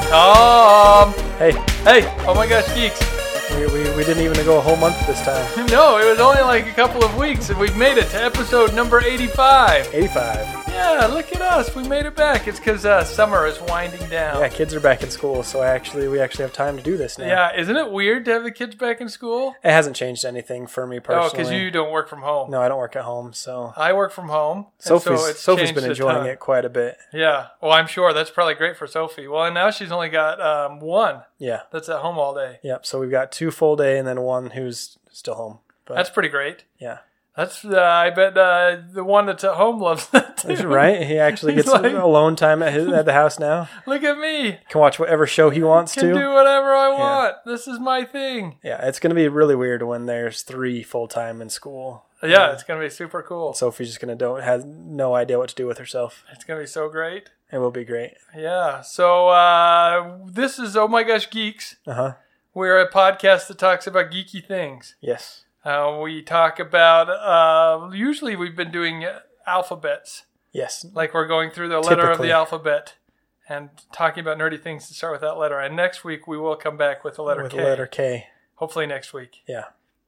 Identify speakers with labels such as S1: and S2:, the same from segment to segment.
S1: Hey,
S2: Um, Hey, oh my gosh, geeks.
S1: we, we, we didn't even go a whole month this time.
S2: No, it was only like a couple of weeks and we've made it to episode number 85.
S1: 85.
S2: Yeah, look at us. We made it back. It's because uh, summer is winding down.
S1: Yeah, kids are back in school, so I actually we actually have time to do this now.
S2: Yeah, isn't it weird to have the kids back in school?
S1: It hasn't changed anything for me
S2: Oh,
S1: personally.
S2: because you don't work from home.
S1: No, I don't work at home, so
S2: I work from home. and
S1: Sophie's
S2: so it's
S1: Sophie's
S2: changed
S1: been
S2: a
S1: enjoying
S2: ton.
S1: it quite a bit.
S2: Yeah. Well, I'm sure that's probably great for Sophie. Well, and now she's only got um, one
S1: Yeah.
S2: that's at home all day.
S1: Yep. So we've got two full day and then one who's still home. But
S2: That's pretty great.
S1: yeah.
S2: That's uh, I bet uh, the one that's at home loves that too.
S1: right? He actually
S2: He's
S1: gets
S2: like-
S1: alone time at his at the house now.
S2: Look at me.
S1: Can watch whatever show he wants
S2: Can
S1: to.
S2: do whatever I want. This is my thing.
S1: yeah, it's gonna be really weird when there's three full time in school.
S2: Yeah, it's gonna be super cool.
S1: Sophie's just gonna don't has no idea what to do with herself.
S2: It's gonna be so great.
S1: It will be great.
S2: Yeah. So uh, this is oh my gosh, geeks.
S1: Uh huh.
S2: We're a podcast that talks about geeky things.
S1: Yes.
S2: Uh, we talk about uh, usually we've been doing alphabets,
S1: Yes.
S2: like we're going through the letter of
S1: Typically.
S2: the alphabet and talking about nerdy things to start with that letter. And next week we will come back with the letter
S1: with
S2: K.
S1: the letter K.
S2: Hopefully next week.
S1: Yeah.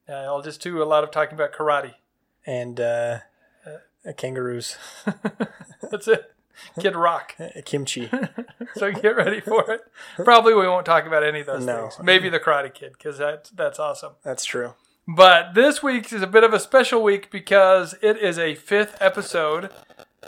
S2: Uh, I'll just do a lot of talking about karate.
S1: And uh, uh, kangaroos,
S2: That's it. Kid Rock.
S1: Uh, kimchi.
S2: so get ready for it. Probably we won't talk about any of those
S1: No.
S2: things. Maybe the Karate Kid because that that's awesome.
S1: That's true.
S2: But this week is a bit of a special week because it is a fifth episode,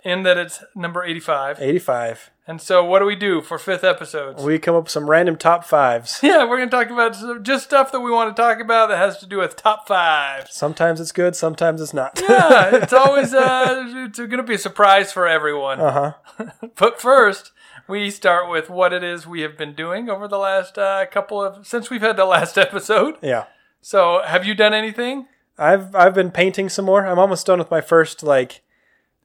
S2: in that it's number eighty-five.
S1: Eighty-five.
S2: And so, what do we do for fifth episodes?
S1: We come up with some random top fives.
S2: yeah, we're going to talk about some- just stuff that we want to talk about that has to do with top fives.
S1: Sometimes it's good. Sometimes it's not.
S2: Yeah, it's always uh, it's going to be a surprise for everyone.
S1: uh huh.
S2: But first, we start with what it is we have been doing over the last uh, couple of since we've had the last episode.
S1: Yeah.
S2: So, have you done anything?
S1: I've I've been painting some more. I'm almost done with my first like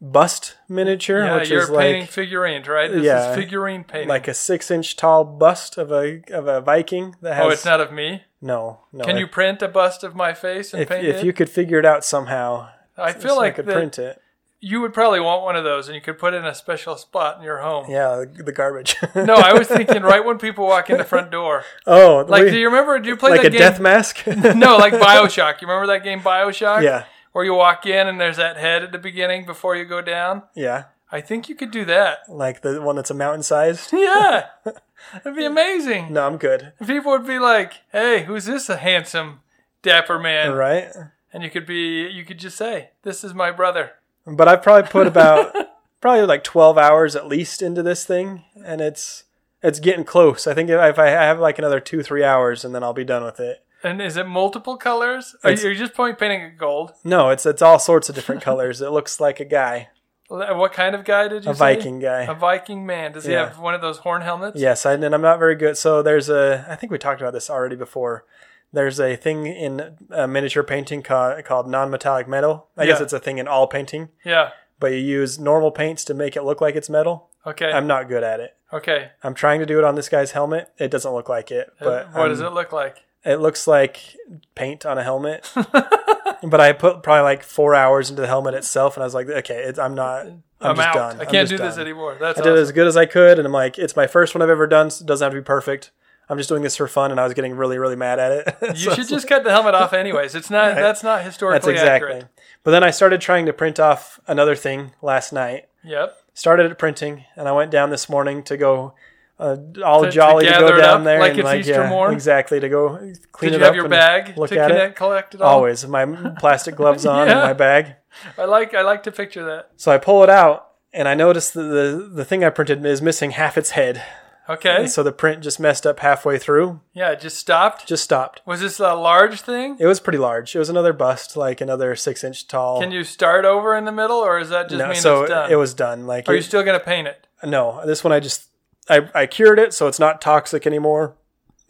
S1: bust miniature,
S2: Yeah,
S1: which
S2: you're
S1: is
S2: painting
S1: like
S2: figurines, right? This
S1: Yeah.
S2: is figurine painting.
S1: like a six inch tall bust of a of a Viking that has
S2: oh, it's not of me.
S1: no no.
S2: Can you print a bust of my face and
S1: If,
S2: paint
S1: if
S2: it?
S1: you could figure it out somehow,
S2: I
S1: so
S2: feel like
S1: I could
S2: that
S1: print it.
S2: you would probably want one of those, and you could put it in a special spot in your home.
S1: Yeah, the, the garbage.
S2: No, I was thinking right when people walk in the front door.
S1: oh,
S2: Like,
S1: we-
S2: do you remember? Do you play
S1: like
S2: that
S1: a
S2: game?
S1: death mask.
S2: no, like Bioshock. You remember that game Bioshock?
S1: Yeah,
S2: Where you walk in and there's that head at the beginning before you go down.
S1: yeah,
S2: I think you could do that.
S1: like the one that's a mountain sized.
S2: Yeah. It'd be amazing.
S1: No, I'm good.
S2: People would be like, hey, who's this handsome, dapper man?
S1: Right,
S2: And you could be, you could just say, this is my brother.
S1: but I've probably put about probably like 12 hours at least into this thing, and it's it's getting close. I think if I, if I have like another two three hours, and then I'll be done with it.
S2: And is it multiple colors? Are
S1: It's-
S2: you, are just point painting it gold?
S1: No, it's it's all sorts of different colors. It looks like a guy,
S2: L- What kind of guy did you
S1: a
S2: say?
S1: Viking
S2: A
S1: guy.
S2: Viking man. Does he
S1: Yeah.
S2: have one of those horn helmets?
S1: Yes, I, and I'm not very good. So there's a I think we talked about this already before. There's a thing in uh, miniature painting ca- called non-metallic metal. I guess
S2: Yeah.
S1: it's a thing in all painting.
S2: Yeah.
S1: but you use normal paints to make it look like it's metal.
S2: Okay.
S1: I'm not good at it.
S2: okay.
S1: I'm trying to do it on this guy's helmet. It doesn't look like it, but
S2: Uh, what does
S1: um,
S2: it look like?
S1: It looks like paint on a helmet. but I put probably like four hours into the helmet itself, and I was like, okay, it's, I'm not. I'm, just
S2: out.
S1: done.
S2: I
S1: I'm
S2: can't
S1: just
S2: do this
S1: done.
S2: anymore. That's
S1: I did
S2: awesome.
S1: as good as I could, and I'm like, it's my first one I've ever done. So it doesn't have to be perfect. I'm just doing this for fun, and I was getting really, really mad at it. So
S2: You should just cut the helmet off, anyways. It's not. That's not
S1: that's
S2: historically
S1: exactly.
S2: accurate.
S1: But then I started trying to print off another thing last night,
S2: Yep.
S1: started at printing and I went down this morning to go uh, all
S2: To- to
S1: jolly to,
S2: gather
S1: go
S2: it
S1: down
S2: up
S1: there
S2: like
S1: and
S2: it's
S1: like
S2: Easter
S1: yeah,
S2: morn?
S1: exactly to go clean
S2: Did you
S1: it
S2: have
S1: up
S2: your
S1: and
S2: bag
S1: look
S2: to
S1: at
S2: connect,
S1: it
S2: collect it all?
S1: always my plastic gloves on and
S2: Yeah.
S1: my bag
S2: I like. I like to picture that.
S1: so I pull it out and I notice that the the thing I printed is missing half its head
S2: Okay.
S1: and so the print just messed up halfway through
S2: Yeah. It just stopped.
S1: just stopped
S2: Was this a large thing?
S1: it was pretty large it was another bust like another six inch tall
S2: Can you start over in the middle, or is that just
S1: no,
S2: mean
S1: so
S2: it's done?
S1: it was done like
S2: Are
S1: it-
S2: you still gonna paint it?
S1: no this one I just I, I cured it so it's not toxic anymore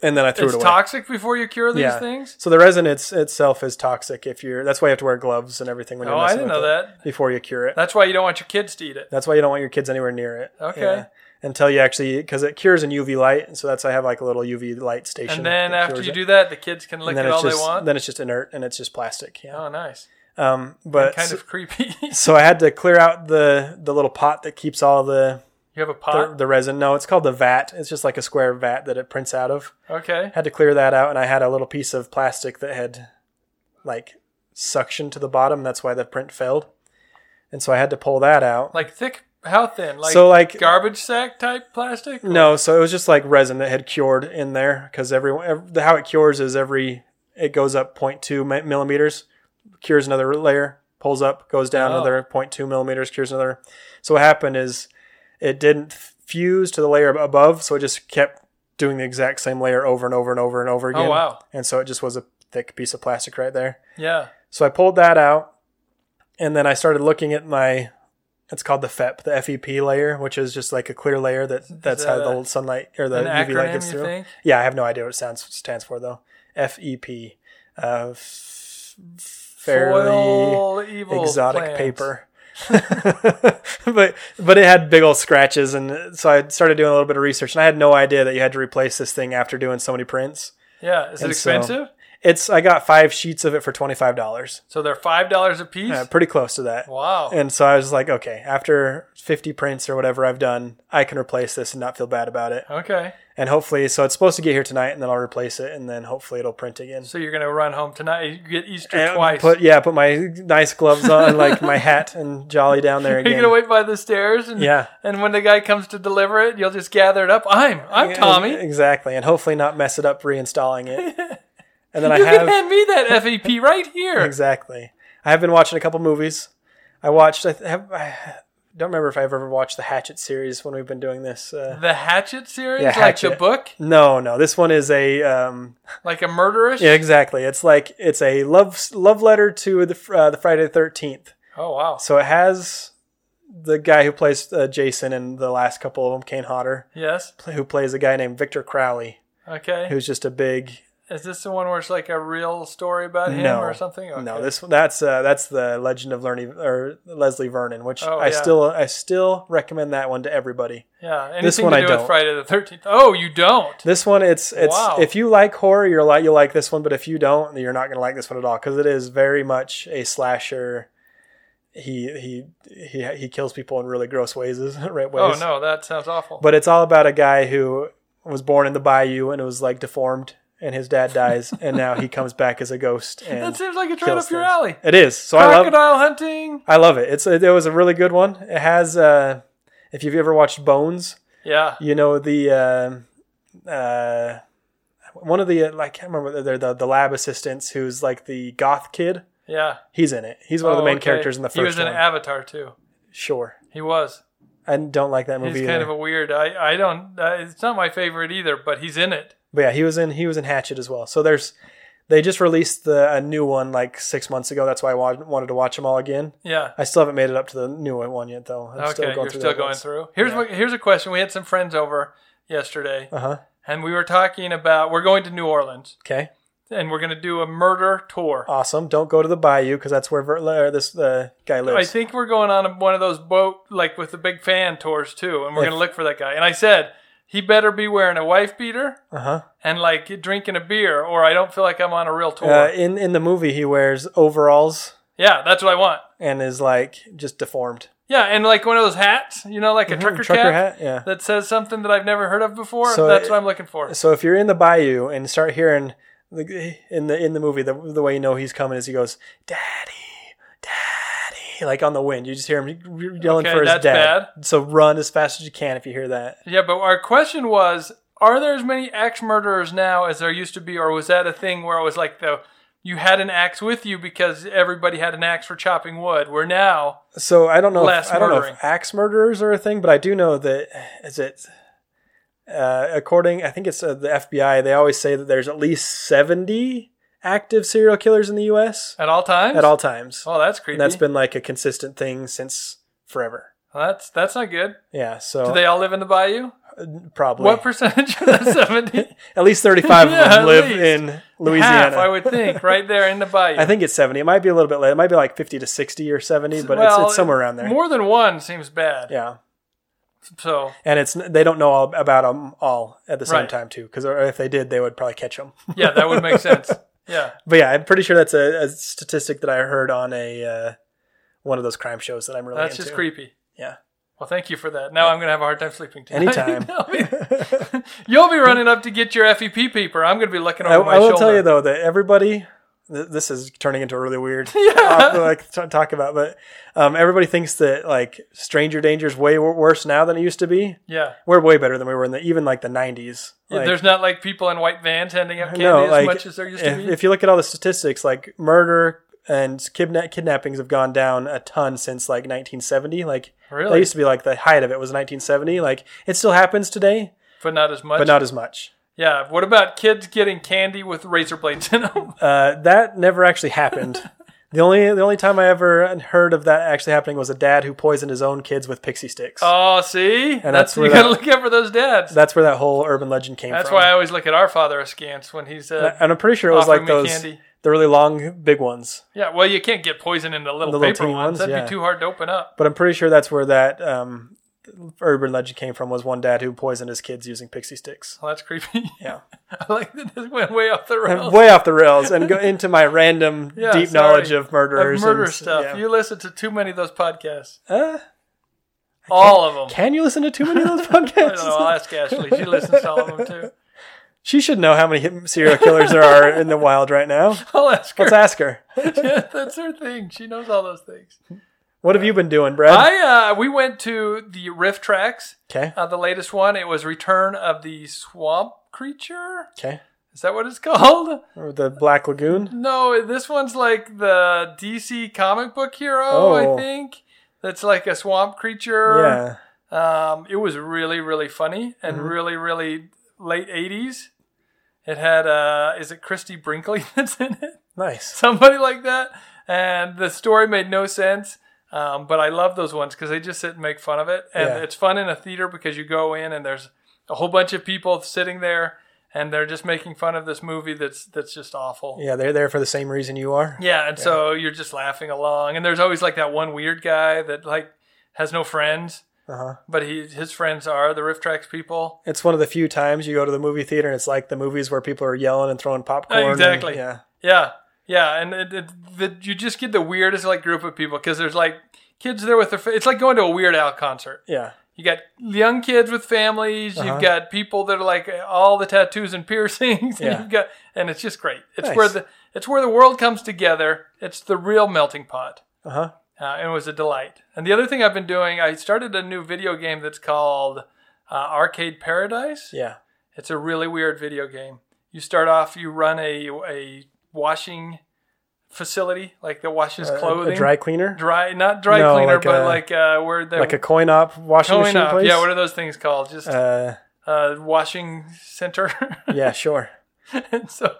S1: and then I threw
S2: It's
S1: it away
S2: toxic before you cure these
S1: Yeah.
S2: things.
S1: So the resin it's, itself is toxic if you're. That's why you have to wear gloves and everything when you're.
S2: Oh, I
S1: messing
S2: didn't
S1: with
S2: know
S1: it
S2: that.
S1: Before you cure it,
S2: That's why you don't want your kids to eat it.
S1: that's why you don't want your kids anywhere near it.
S2: Okay.
S1: Until you actually, because it cures in UV light, and so that's why I have like a little UV light station.
S2: And then
S1: that
S2: after
S1: cures
S2: you
S1: it.
S2: do that, the kids can lick
S1: and
S2: it
S1: then it's
S2: all
S1: just
S2: they want.
S1: then it's just inert and it's just plastic. Yeah.
S2: oh, nice.
S1: Um, but
S2: Kind
S1: so,
S2: of creepy.
S1: so I had to clear out the the little pot that keeps all the
S2: You You have a
S1: The,
S2: pot.
S1: the resin. No, it's called the vat. It's just like a square vat that it prints out of.
S2: okay.
S1: Had to clear that out, and I had a little piece of plastic that had like suction to the bottom. That's why the print failed. And so I had to pull that out.
S2: Like thick? How thin? Like
S1: so like
S2: garbage sack type plastic?
S1: No, so it was just like resin that had cured in there because every, ev the how it cures is every it goes up 0.2 mi- millimeters, cures another layer, pulls up, goes down
S2: Oh.
S1: another 0.2 millimeters, cures another. So what happened is it didn't f- fuse to the layer above, so it just kept doing the exact same layer over and over and over and over again.
S2: Oh wow.
S1: And so it just was a thick piece of plastic right there.
S2: Yeah.
S1: So I pulled that out, and then I started looking at my. It's called the FEP, the FEP layer, which is just like a clear layer that that's how
S2: that
S1: the sunlight or the
S2: An
S1: UV light
S2: acronym,
S1: gets
S2: you
S1: through.
S2: think?
S1: Yeah, I have no idea what it sounds stands for though. FEP, uh, f- fairly
S2: Foil evil
S1: exotic
S2: plans.
S1: paper. but but it had big old scratches, and so I started doing a little bit of research, and I had no idea that you had to replace this thing after doing so many prints.
S2: Yeah. Is it
S1: And so-
S2: expensive? So,
S1: It's I got five sheets of it for twenty five dollars,
S2: they're five dollars a piece.
S1: uh, pretty close to that.
S2: wow.
S1: And so I was like, okay, after 50 prints or whatever I've done, I can replace this and not feel bad about it.
S2: okay.
S1: And hopefully, so it's supposed to get here tonight, and then I'll replace it, and then hopefully it'll print again.
S2: So you're gonna run home tonight. You get Easter
S1: And
S2: twice.
S1: Put yeah, put my nice gloves on, like my hat and jolly down there
S2: Are you
S1: again.
S2: gonna wait by the stairs? And,
S1: Yeah.
S2: And when the guy comes to deliver it, you'll just gather it up. I'm I'm
S1: Yeah,
S2: Tommy.
S1: E-, exactly, and hopefully not mess it up reinstalling it. And then I
S2: you
S1: have
S2: can hand me that FEP right here.
S1: exactly. I have been watching a couple movies. I watched. I, th- have, I don't remember if I've ever watched the Hatchet series when we've been doing this. Uh,
S2: The Hatchet series,
S1: Yeah,
S2: like the
S1: Hatchet.
S2: book,
S1: no, no, this one is a um,
S2: like a murderish.
S1: Yeah, exactly. It's like it's a love love letter to the fr- uh, the Friday the Thirteenth.
S2: Oh wow.
S1: So it has the guy who plays uh, Jason in the last couple of them, Kane Hodder,
S2: Yes.
S1: pl- who plays a guy named Victor Crowley,
S2: Okay.
S1: who's just a big
S2: Is this the one where it's like a real story about him
S1: No.
S2: or something? Okay.
S1: no. This that's uh, that's the Legend of Learning or Leslie Vernon, which
S2: Oh,
S1: I
S2: yeah.
S1: still I still recommend that one to everybody.
S2: Yeah. Anything
S1: this
S2: to
S1: one
S2: do
S1: I
S2: with
S1: don't.
S2: Friday the Thirteenth? Oh, you don't.
S1: This one it's it's
S2: Wow.
S1: if you like horror, you're like you'll like this one, but if you don't, you're not gonna like this one at all because it is very much a slasher. He he he he kills people in really gross ways, right ways.
S2: Oh no, that sounds awful.
S1: But it's all about a guy who was born in the bayou and was like deformed, and his dad dies, and now he comes back as a ghost. And
S2: that seems like it's right
S1: kills
S2: up your
S1: things.
S2: alley.
S1: it is so I love
S2: Crocodile hunting.
S1: I love it. It's it was a really good one. It has uh, if you've ever watched Bones,
S2: Yeah.
S1: you know the uh, uh, one of the uh, I can't remember the- they're the the lab assistants who's like the goth kid.
S2: Yeah.
S1: He's in it. He's one of the
S2: Oh,
S1: main
S2: okay.
S1: characters in the first
S2: He was
S1: one.
S2: in Avatar too.
S1: sure,
S2: He was.
S1: I don't like that
S2: He's
S1: movie.
S2: kind
S1: either.
S2: of a weird. I I don't. Uh, it's not my favorite either, but he's in it.
S1: but yeah, he was in he was in Hatchet as well. So there's they just released the a new one like six months ago. That's why I wa- wanted to watch them all again.
S2: Yeah.
S1: I still haven't made it up to the new one yet though. I'm
S2: okay,
S1: still going
S2: you're
S1: through
S2: still going through. Here's what, here's a question. We had some friends over yesterday,
S1: Uh huh.
S2: and we were talking about we're going to New Orleans,
S1: Okay.
S2: and we're going to do a murder tour.
S1: Awesome. Don't go to the bayou because that's where Ver- or this uh, guy
S2: I
S1: lives.
S2: think we're going on one of those boat like with the big fan tours too, and we're
S1: If-
S2: going to look for that guy. And I said he better be wearing a wife beater
S1: Uh-huh.
S2: and like drinking a beer, or I don't feel like I'm on a real tour.
S1: Uh In in the movie, he wears overalls
S2: yeah, that's what I want.
S1: and is like just deformed.
S2: Yeah, and like one of those hats, you know, like a trucker,
S1: Mm-hmm, Trucker
S2: cap
S1: hat. Yeah.
S2: that says something that I've never heard of before.
S1: So
S2: that's
S1: it-
S2: what I'm looking for.
S1: So if you're in the bayou and start hearing the, in the in the movie the the way you know he's coming is he goes daddy daddy like on the wind you just hear him yelling
S2: Okay,
S1: for his
S2: that's
S1: dad. So run as fast as you can if you hear that.
S2: Yeah, but our question was: Are there as many axe murderers now as there used to be, or was that a thing where it was like the you had an axe with you because everybody had an axe for chopping wood? Where now,
S1: So I don't know
S2: Less
S1: if, I don't know
S2: murdering.
S1: if axe murderers are a thing, but I do know that is it uh, according I think it's uh, the FBI they always say that there's at least 70 active serial killers in the US
S2: at all times,
S1: at all times.
S2: Oh, that's creepy.
S1: And that's been like a consistent thing since forever.
S2: Well, that's that's not good.
S1: Yeah, so
S2: Do they all live in the bayou?
S1: probably
S2: What percentage of the seventy?
S1: at least 35
S2: Yeah,
S1: of
S2: at
S1: them live
S2: least.
S1: in Louisiana.
S2: Half, I would think, right there in the bayou.
S1: I think it's 70. It might be a little bit late. It might be like 50 to 60 or 70, but
S2: Well,
S1: it's, it's somewhere around there.
S2: More than one seems bad.
S1: yeah.
S2: So
S1: and it's they don't know all about them all at the same
S2: Right.
S1: time too because if they did they would probably catch them
S2: yeah, that would make sense. Yeah.
S1: but yeah i'm pretty sure that's a, a statistic that i heard on a uh, one of those crime shows that i'm really
S2: That's
S1: into
S2: just creepy.
S1: Yeah.
S2: Well, thank you for that. Now I'm going to have a hard time sleeping tonight.
S1: Anytime.
S2: I mean, You'll be running up to get your FEP peeper. I'm going to be looking
S1: I,
S2: over my
S1: I will
S2: shoulder.
S1: tell you though that everybody, th- this is turning into a really weird
S2: Yeah.
S1: top to, like t- talk about, but um, everybody thinks that like stranger danger is way w- worse now than it used to be.
S2: yeah.
S1: We're way better than we were in the even like the '90s. Like,
S2: There's not like people in white vans handing out candy
S1: no,
S2: as
S1: like,
S2: much as there used to
S1: if,
S2: be.
S1: if you look at all the statistics, like murder and kidna- kidnappings have gone down a ton since like 1970. Like that
S2: really?
S1: used to be like the height of it was 1970. Like it still happens today,
S2: But not as much.
S1: but not as much.
S2: yeah. What about kids getting candy with razor blades in them?
S1: Uh, that never actually happened. the only the only time I ever heard of that actually happening was a dad who poisoned his own kids with pixie sticks.
S2: oh, see?
S1: that's
S2: that's you
S1: where
S2: got to
S1: that-
S2: look out for those dads.
S1: That's where that whole urban legend came
S2: That's
S1: from.
S2: why I always look at our father askance when he's uh,
S1: and I'm pretty sure it was
S2: offering
S1: like
S2: me
S1: those
S2: candy.
S1: the really long big ones.
S2: Yeah, well, you can't get poison in the little
S1: The little
S2: paper
S1: teeny
S2: ones.
S1: ones,
S2: That'd
S1: yeah.
S2: be too hard to open up.
S1: But I'm pretty sure that's where that um, urban legend came from. Was one dad who poisoned his kids using pixie sticks.
S2: Well, Oh, that's creepy.
S1: Yeah.
S2: I like that this went way off the rails.
S1: Way off the rails and go into my
S2: Oh.
S1: random
S2: Yeah,
S1: deep
S2: sorry.
S1: knowledge of murderers
S2: Of murder
S1: and-
S2: stuff.
S1: yeah.
S2: You listen to too many of those podcasts.
S1: Uh,
S2: All of them.
S1: can you listen to too many of those
S2: I don't know. I'll
S1: podcasts?
S2: ask Ashley. She listens to all of them too.
S1: she should know how many hit- serial killers there are in the wild right now.
S2: I'll ask her.
S1: Let's ask her.
S2: Yeah, that's her thing. She knows all those things.
S1: What have you been doing, Brad?
S2: I uh, we went to the riff tracks.
S1: okay.
S2: Uh, the latest one. It was Return of the Swamp Creature.
S1: Okay.
S2: Is that what it's called?
S1: Or the Black Lagoon.
S2: No, this one's like the DC comic book hero.
S1: Oh.
S2: I think that's like a swamp creature.
S1: Yeah.
S2: Um, it was really, really funny and
S1: Mm-hmm.
S2: really, really late eighties. It had uh, is it Christy Brinkley that's in it?
S1: Nice.
S2: Somebody like that. And the story made no sense. Um, but I love those ones because they just sit and make fun of it, and
S1: Yeah.
S2: it's fun in a theater because you go in and there's a whole bunch of people sitting there, and they're just making fun of this movie that's that's just awful.
S1: Yeah, they're there for the same reason you are.
S2: Yeah, and so you're just laughing along, and there's always like that one weird guy that like has no friends,
S1: Uh-huh.
S2: but he his friends are the Rift Tracks people.
S1: It's one of the few times you go to the movie theater and it's like the movies where people are yelling and throwing popcorn. and-
S2: Exactly.
S1: yeah.
S2: Yeah, yeah, and it, it, the, you just get the weirdest like group of people because there's like kids there with their. fa- It's like going to a Weird Al concert.
S1: Yeah.
S2: You got young kids with families.
S1: Uh-huh.
S2: You've got people that are like all the tattoos and piercings. And
S1: Yeah.
S2: you've got, and it's just great. It's
S1: Nice.
S2: where the it's where the world comes together. It's the real melting pot.
S1: Uh-huh.
S2: uh, and it was a delight. And the other thing I've been doing, I started a new video game that's called uh, Arcade Paradise.
S1: Yeah.
S2: It's a really weird video game. You start off, you run a a washing facility, like that washes
S1: Uh, A-
S2: clothing,
S1: A, dry cleaner?
S2: Dry- not dry
S1: No,
S2: cleaner,
S1: like
S2: but
S1: a-
S2: like uh, where they're
S1: Like a coin op washing
S2: towing
S1: machine
S2: up.
S1: place?
S2: Yeah, what are those things called? Just uh,
S1: uh,
S2: washing center.
S1: yeah, sure.
S2: And so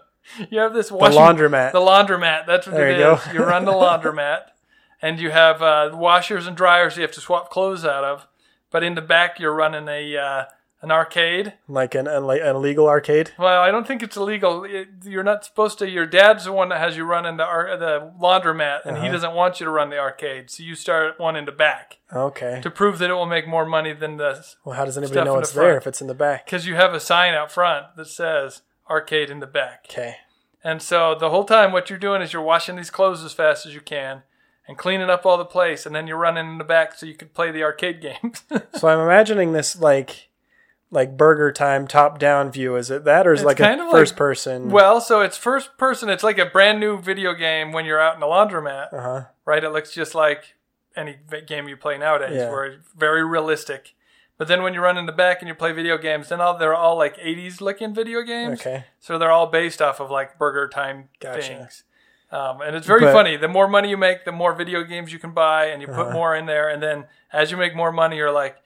S2: you have this
S1: The
S2: washing
S1: laundromat.
S2: the laundromat. That's what
S1: There
S2: it is.
S1: you go.
S2: you run the laundromat, and you have uh, washers and dryers you have to swap clothes out of. But in the back, you're running a uh, an arcade.
S1: like an, an, like an illegal arcade.
S2: Well, I don't think it's illegal. It, you're not supposed to. Your dad's the one that has you running the ar- the laundromat, and he doesn't want you to run the arcade. So you start one in the back
S1: Okay.
S2: to prove that it will make more money than the
S1: Well, how does anybody
S2: stuff
S1: know
S2: in the
S1: it's there
S2: front.
S1: if it's in the back?
S2: because you have a sign out front that says arcade in the back.
S1: Okay.
S2: And so the whole time, what you're doing is you're washing these clothes as fast as you can and cleaning up all the place, and then you're running in the back so you can play the arcade games.
S1: So I'm imagining this like like burger time top down view. Is it that or is it
S2: It's
S1: like a
S2: kind of like-
S1: first person?
S2: well, so it's first person. It's like a brand new video game when you're out in the laundromat,
S1: uh-huh.
S2: right? It looks just like any v- game you play nowadays,
S1: Yeah.
S2: where it's very realistic. But then when you run in the back and you play video games, then all they're all like 80s looking video games.
S1: Okay.
S2: So they're all based off of like burger time
S1: Gotcha.
S2: things. Um, and it's very
S1: But- Uh-huh.
S2: funny. The more money you make, the more video games you can buy, and you put more in there. And then as you make more money, you're like,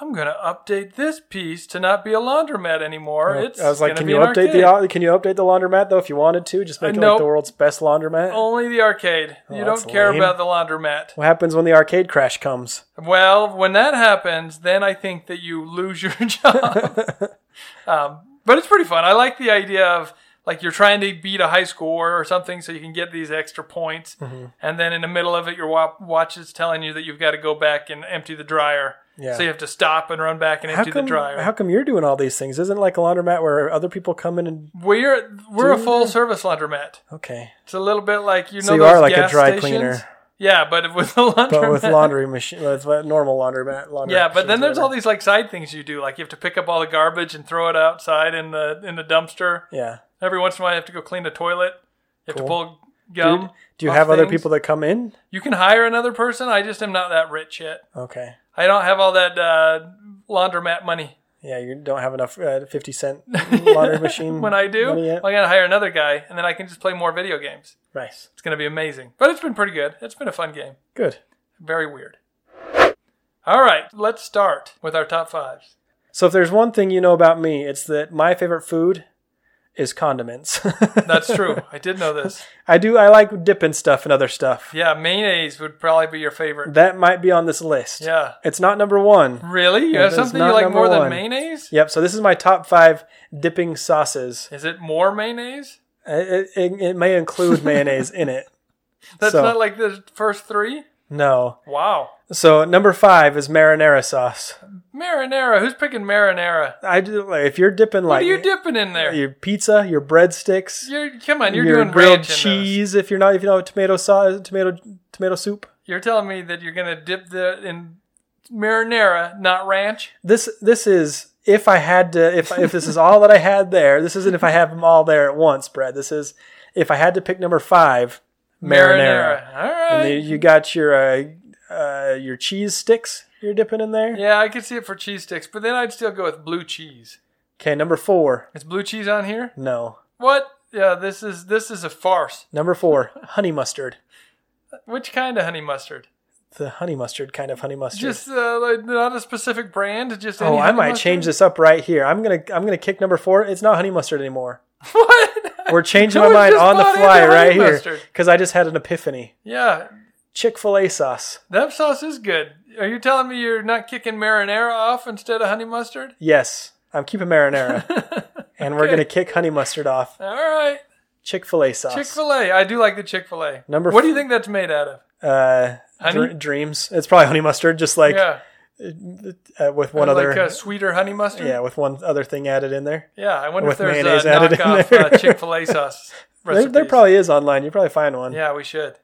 S2: I'm going to update this piece to not be a laundromat anymore. It's
S1: I was like,
S2: gonna
S1: can
S2: be
S1: you
S2: an
S1: update
S2: arcade.
S1: the can you update the laundromat though if you wanted to? Just make it like
S2: nope. Oh.
S1: the world's best laundromat.
S2: Only the arcade. you
S1: Oh, that's
S2: don't care
S1: lame.
S2: about the laundromat.
S1: What happens when the arcade crash comes?
S2: Well, when that happens, then I think that you lose your job. um, but it's pretty fun. I like the idea of like you're trying to beat a high score or something so you can get these extra points.
S1: Mm-hmm.
S2: And then in the middle of it, your wa- watch is telling you that you've got to go back and empty the dryer.
S1: Yeah.
S2: So you have to stop and run back and
S1: How
S2: empty
S1: come,
S2: the dryer.
S1: how come you're doing all these things? Isn't it like a laundromat where other people come in and
S2: we're we're a full service laundromat.
S1: okay?
S2: It's a little bit like you know
S1: So you
S2: those
S1: are like a
S2: gas
S1: dry
S2: stations?
S1: cleaner.
S2: Yeah, but with the laundry.
S1: but with laundry machine, with a normal laundromat. Laundry
S2: Yeah, but then
S1: machines,
S2: there's all
S1: whatever.
S2: these like side things you do. Like you have to pick up all the garbage and throw it outside in the in the dumpster.
S1: yeah.
S2: Every once in a while, you have to go clean the toilet. You have to
S1: Cool.
S2: pull
S1: Do
S2: gum.
S1: you, do you
S2: off
S1: have other
S2: things.
S1: people that come in?
S2: You can hire another person. I just am not that rich yet.
S1: Okay.
S2: I don't have all that uh, laundromat money.
S1: Yeah, you don't have enough uh, fifty cent laundry machine.
S2: When I do,
S1: Mm, money
S2: I
S1: yet?
S2: gotta hire another guy, and then I can just play more video games.
S1: nice,
S2: It's gonna be amazing. But it's been pretty good. It's been a fun game.
S1: good.
S2: Very weird. All right, let's start with our top fives.
S1: So if there's one thing you know about me, it's that my favorite food is condiments.
S2: That's true. I did know this.
S1: I do. I like dipping stuff and other stuff.
S2: Yeah, mayonnaise would probably be your favorite.
S1: That might be on this list.
S2: Yeah.
S1: It's not number one.
S2: Really? You
S1: That
S2: have
S1: is
S2: something you
S1: not
S2: like
S1: number
S2: more than
S1: one.
S2: mayonnaise?
S1: Yep. So this is my top five dipping sauces.
S2: Is it more mayonnaise?
S1: It, it, it may include mayonnaise in it.
S2: That's
S1: So-
S2: not like the first three?
S1: No.
S2: Wow.
S1: So number five is marinara sauce.
S2: Marinara. Who's picking marinara?
S1: I do. Like, if you're dipping
S2: What
S1: like
S2: are you dipping in there?
S1: your pizza, your breadsticks,
S2: You're come on, you're
S1: your
S2: doing
S1: grilled
S2: ranch in those.
S1: cheese. If you're not, if you don't have tomato sauce, tomato tomato soup.
S2: You're telling me that you're gonna dip the in marinara, not ranch?
S1: This this is if I had to if if this is all that I had there. This isn't if I have them all there at once, Brad. This is if I had to pick number five, marinara.
S2: All
S1: And
S2: right.
S1: then you got your uh, uh, your cheese sticks. You're dipping in there.
S2: yeah, I could see it for cheese sticks, but then I'd still go with blue cheese.
S1: Okay, number four.
S2: Is blue cheese on here?
S1: No,
S2: What? Yeah, this is this is a farce.
S1: number four, honey mustard.
S2: Which kind of honey mustard?
S1: The honey mustard kind of honey mustard.
S2: Just uh, like not a specific brand. Just any
S1: oh, I
S2: honey
S1: might
S2: mustard?
S1: change this up right here. I'm gonna I'm gonna kick number four. It's not honey mustard anymore.
S2: what?
S1: We're changing my
S2: Someone
S1: mind
S2: just
S1: on the
S2: bought into
S1: fly
S2: honey
S1: right here
S2: mustard.
S1: because I just had an epiphany.
S2: Yeah,
S1: Chick Fil A sauce.
S2: that sauce is good. Are you telling me you're not kicking marinara off instead of honey mustard?
S1: Yes, I'm keeping marinara, and we're gonna kick honey mustard off.
S2: All right,
S1: Chick Fil A sauce.
S2: Chick Fil A. I do like the Chick Fil A.
S1: Number
S2: What do
S1: f-
S2: you think that's made out of?
S1: uh,
S2: Honey?
S1: dr- dreams. It's probably honey mustard, just like
S2: yeah,
S1: uh, with one
S2: like
S1: other.
S2: a sweeter honey mustard.
S1: yeah, with one other thing added in there.
S2: Yeah, I wonder
S1: With
S2: if there's
S1: mayonnaise
S2: a
S1: added in
S2: knockoff
S1: there.
S2: uh, Chick Fil A sauce
S1: There,
S2: recipe.
S1: there probably is online. You probably find one.
S2: Yeah, we should.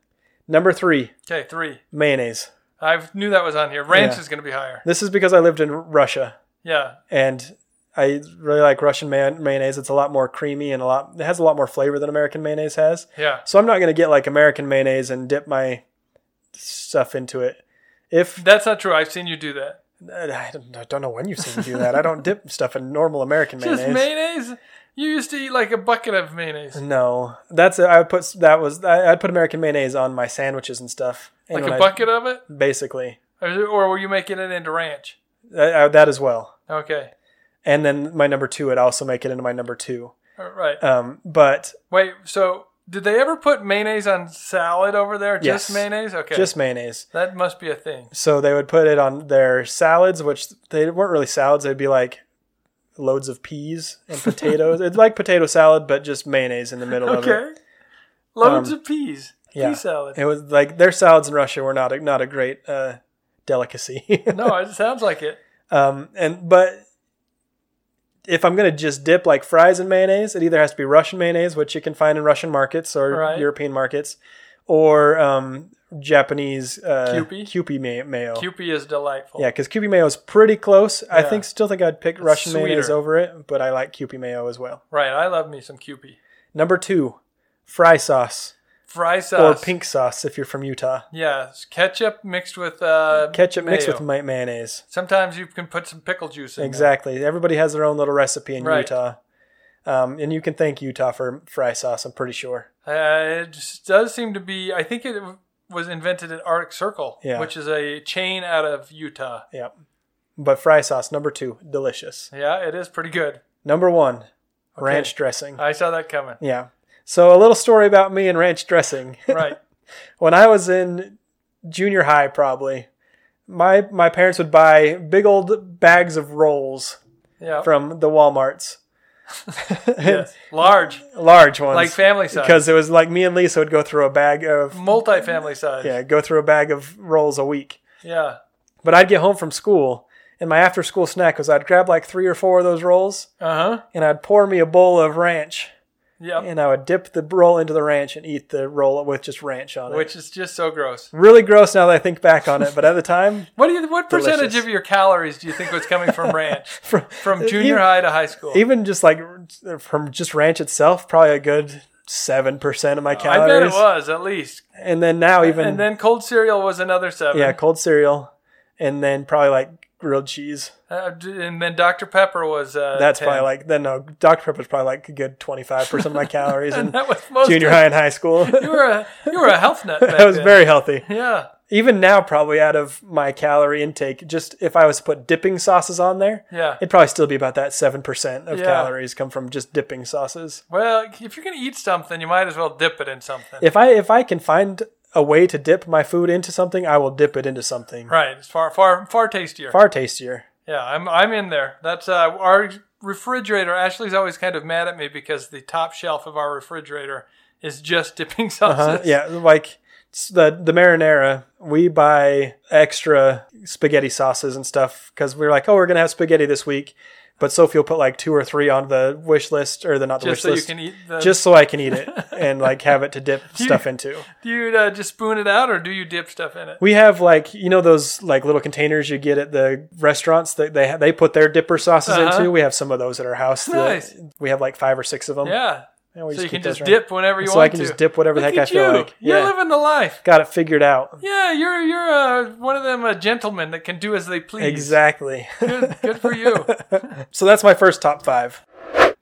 S1: Number three,
S2: Okay, three.
S1: mayonnaise.
S2: I knew that was on here. Ranch
S1: Yeah.
S2: is going to be higher.
S1: This is because I lived in Russia
S2: Yeah,
S1: and I really like Russian man- mayonnaise. It's a lot more creamy and a lot. It has a lot more flavor than American mayonnaise has.
S2: yeah.
S1: So I'm not going to get like American mayonnaise and dip my stuff into it. If
S2: That's not true. I've seen you do that.
S1: Uh, I don't, I don't know when you've seen me do that, I don't dip stuff in normal American mayonnaise.
S2: Just mayonnaise. You used to eat like a bucket of mayonnaise,
S1: No, that's uh, I would put that was I, I'd put American mayonnaise on my sandwiches and stuff. And
S2: like
S1: when
S2: a
S1: I-
S2: bucket of it,
S1: basically
S2: or, or were you making it into ranch?
S1: that, I- that as well.
S2: Okay,
S1: And then my number two, I'd also make it into my number two.
S2: all right.
S1: Um, but
S2: Wait, so did they ever put mayonnaise on salad over there? Just
S1: Yes.
S2: mayonnaise? Okay,
S1: just mayonnaise.
S2: that must be a thing.
S1: So they would put it on their salads, which they weren't really salads. They'd be like loads of peas and potatoes. it's like potato salad, but just mayonnaise in the middle of it. Um,
S2: Okay, loads of peas,
S1: yeah.
S2: pea salad.
S1: It was like their salads in Russia were not a, not a great uh, delicacy.
S2: no, it sounds like it.
S1: um, and but if I'm gonna just dip like fries in mayonnaise, it either has to be Russian mayonnaise, which you can find in Russian markets or
S2: Right.
S1: European markets, or um, Japanese uh,
S2: Kewpie?
S1: Kewpie may- mayo.
S2: Kewpie is delightful.
S1: Yeah, because Kewpie mayo is pretty close. I
S2: Yeah.
S1: think still think I'd pick Russian mayonnaise
S2: sweeter.
S1: over it, but I like Kewpie mayo as well.
S2: Right, I love me some Kewpie.
S1: Number two, fry sauce
S2: Fry sauce.
S1: or pink sauce if you're from Utah.
S2: Yeah, it's ketchup mixed with uh,
S1: Ketchup mixed
S2: mayo.
S1: with may- mayonnaise.
S2: Sometimes you can put some pickle juice in. there.
S1: Exactly. Everybody has their own little recipe in
S2: Right.
S1: Utah. Um, and you can thank Utah for fry sauce, I'm pretty sure.
S2: Uh, it just does seem to be. I think it was invented at Arctic Circle,
S1: Yeah.
S2: which is a chain out of Utah.
S1: Yep. But fry sauce, number two, delicious.
S2: Yeah, it is pretty good.
S1: Number one, ranch dressing.
S2: I saw that coming.
S1: yeah. So a little story about me and ranch dressing.
S2: Right.
S1: when I was in junior high, probably my my parents would buy big old bags of rolls
S2: Yeah.
S1: from the WalMarts,
S2: yes. Large,
S1: large ones,
S2: like family size,
S1: because it was like me and Lisa would go through a bag of
S2: multi-family size.
S1: yeah, go through a bag of rolls a week.
S2: Yeah.
S1: But I'd get home from school, and my after school snack was I'd grab like three or four of those rolls,
S2: Uh huh.
S1: and I'd pour me a bowl of ranch.
S2: Yep.
S1: and I would dip the roll into the ranch and eat the roll with just ranch on it.
S2: Which is just so gross.
S1: really gross now that I think back on it, but at the time,
S2: What do you? What percentage
S1: Delicious.
S2: of your calories do you think was coming from ranch
S1: from,
S2: from junior
S1: even,
S2: high to high school?
S1: even just like from just ranch itself, probably a good seven percent of my
S2: I bet it
S1: calories.
S2: was at least.
S1: And then now even
S2: And then cold cereal was another seven.
S1: yeah, cold cereal, and then probably like grilled cheese.
S2: Uh, d- and then Dr Pepper was. Uh,
S1: That's
S2: 10.
S1: probably like then no Dr Pepper's probably like a good twenty five percent of my calories
S2: And
S1: in
S2: that was most
S1: junior high and high school.
S2: You were a you were a health nut. Back
S1: I was
S2: then.
S1: very healthy.
S2: Yeah.
S1: Even now, probably out of my calorie intake, just if I was to put dipping sauces on there,
S2: Yeah.
S1: it'd probably still be about that seven percent of
S2: Yeah.
S1: calories come from just dipping sauces.
S2: Well, if you're gonna eat something, you might as well dip it in something.
S1: If I if I can find a way to dip my food into something, I will dip it into something
S2: Right. It's far far far tastier.
S1: far tastier.
S2: Yeah, I'm I'm in there. That's uh, our refrigerator. Ashley's always kind of mad at me because the top shelf of our refrigerator is just dipping
S1: Uh,
S2: sauces.
S1: yeah, like s- the the marinara, we buy extra spaghetti sauces and stuff because we're like, oh, we're gonna have spaghetti this week, but Sophie will put like two or three on the wish list or the not the
S2: just
S1: wish
S2: so you
S1: list,
S2: can eat the.
S1: just so I can eat it and like have it to dip stuff into.
S2: do you uh, just spoon it out, or do you dip stuff in it?
S1: We have like you know those like little containers you get at the restaurants that they ha- they put their dipper sauces
S2: Uh-huh.
S1: into. We have some of those at our house. that-
S2: Nice.
S1: We have like five or six of them.
S2: yeah,
S1: And we
S2: so you can
S1: keep those
S2: just
S1: around.
S2: dip whenever you
S1: so
S2: want
S1: I can
S2: to.
S1: just dip whatever the
S2: Look
S1: heck I
S2: at
S1: feel
S2: you.
S1: like.
S2: You're
S1: yeah,
S2: living the life.
S1: got it figured out.
S2: Yeah, you're you're uh, one of them uh, gentlemen that can do as they please.
S1: Exactly.
S2: Good, good for you.
S1: so that's my first top five.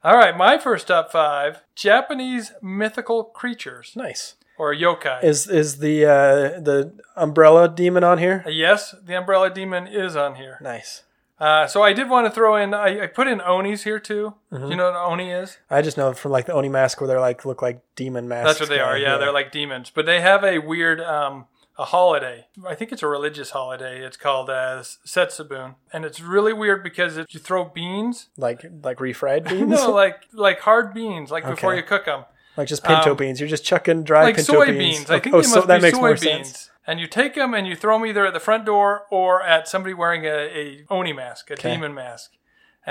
S2: All right, my first top five: Japanese mythical creatures
S1: Nice.
S2: or yokai.
S1: Is is the uh, the umbrella demon on here?
S2: Uh, Yes, the Umbrella Demon is on here.
S1: Nice.
S2: Uh, so I did want to throw in. I, I put in Onis here too.
S1: Mm-hmm.
S2: Do you know what an Oni is?
S1: I just know from like the Oni mask where they're like look like demon masks.
S2: That's what they are. Yeah, they're like demons, but they have a weird um, a holiday. I think it's a religious holiday. It's called uh, Setsubun, and it's really weird because if you throw beans,
S1: like like refried beans,
S2: no, like like hard beans, like before
S1: Okay.
S2: you cook them,
S1: like just pinto
S2: um,
S1: beans. You're just chucking dry
S2: like
S1: pinto beans.
S2: soybeans. I
S1: Okay,
S2: think they must
S1: so
S2: be
S1: that makes more sense.
S2: soybeans. And you take them and you throw them either at the front door or at somebody wearing a, a Oni mask, a demon mask.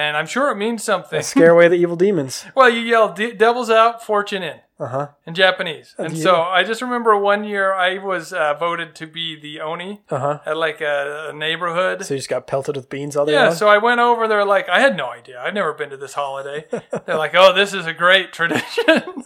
S2: And I'm sure it means something.
S1: Scare away the evil demons.
S2: Well, you yell "De- "Devil's out, fortune in"
S1: Uh huh.
S2: in Japanese, and
S1: yeah.
S2: so I just remember one year I was uh, voted to be the oni
S1: Uh huh.
S2: at like a, a neighborhood.
S1: So you just got pelted with beans all day
S2: yeah,
S1: long.
S2: so I went over there like I had no idea. I've never been to this holiday. They're like, "Oh, this is a great tradition."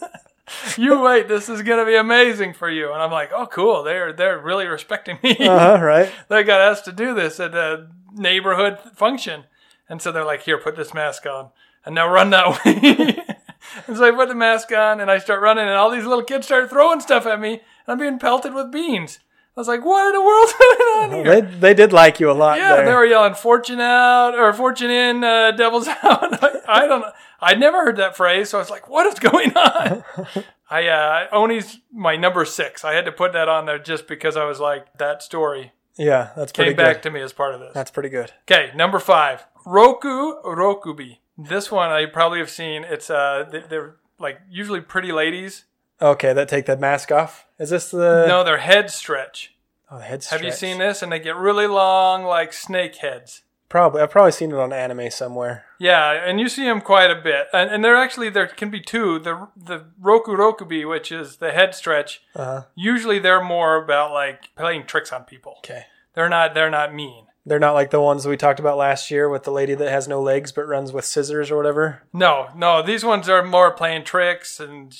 S2: you wait, this is gonna be amazing for you. And I'm like, "Oh, cool. They're they're really respecting me.
S1: uh huh. Right.
S2: they got us to do this at a neighborhood function. And so they're like, here, put this mask on. And now run that way. and so I put the mask on and I start running, and all these little kids start throwing stuff at me. And I'm being pelted with beans. I was like, what in the world's going on
S1: Well,
S2: here?
S1: they they did like you a lot.
S2: yeah,
S1: there.
S2: they were yelling "fortune out" or "fortune in," uh, "devil's out." I, I don't. know. I'd never heard that phrase, so I was like, "What is going on?" I uh, Oni's my number six. I had to put that on there just because I was like, that story
S1: yeah, that's pretty
S2: came back
S1: good.
S2: to me as part of this.
S1: That's pretty good.
S2: Okay, number five, Roku Rokubi. This one I probably have seen. It's uh, they- they're like usually pretty ladies.
S1: Okay, that take the mask off. Is this the
S2: No, their heads stretch.
S1: Oh, the head
S2: Have you
S1: Uh, stretch.
S2: seen this? And they get really long, like snake heads.
S1: Probably, I've probably seen it on anime somewhere.
S2: Yeah, and you see them quite a bit. And, and there actually there can be two. The the Roku Rokubi, which is the head stretch.
S1: Uh huh.
S2: Usually they're more about like playing tricks on people.
S1: Okay.
S2: They're not they're not mean.
S1: They're not like the ones we talked about last year with the lady that has no legs but runs with scissors or whatever.
S2: No, no, these ones are more playing tricks and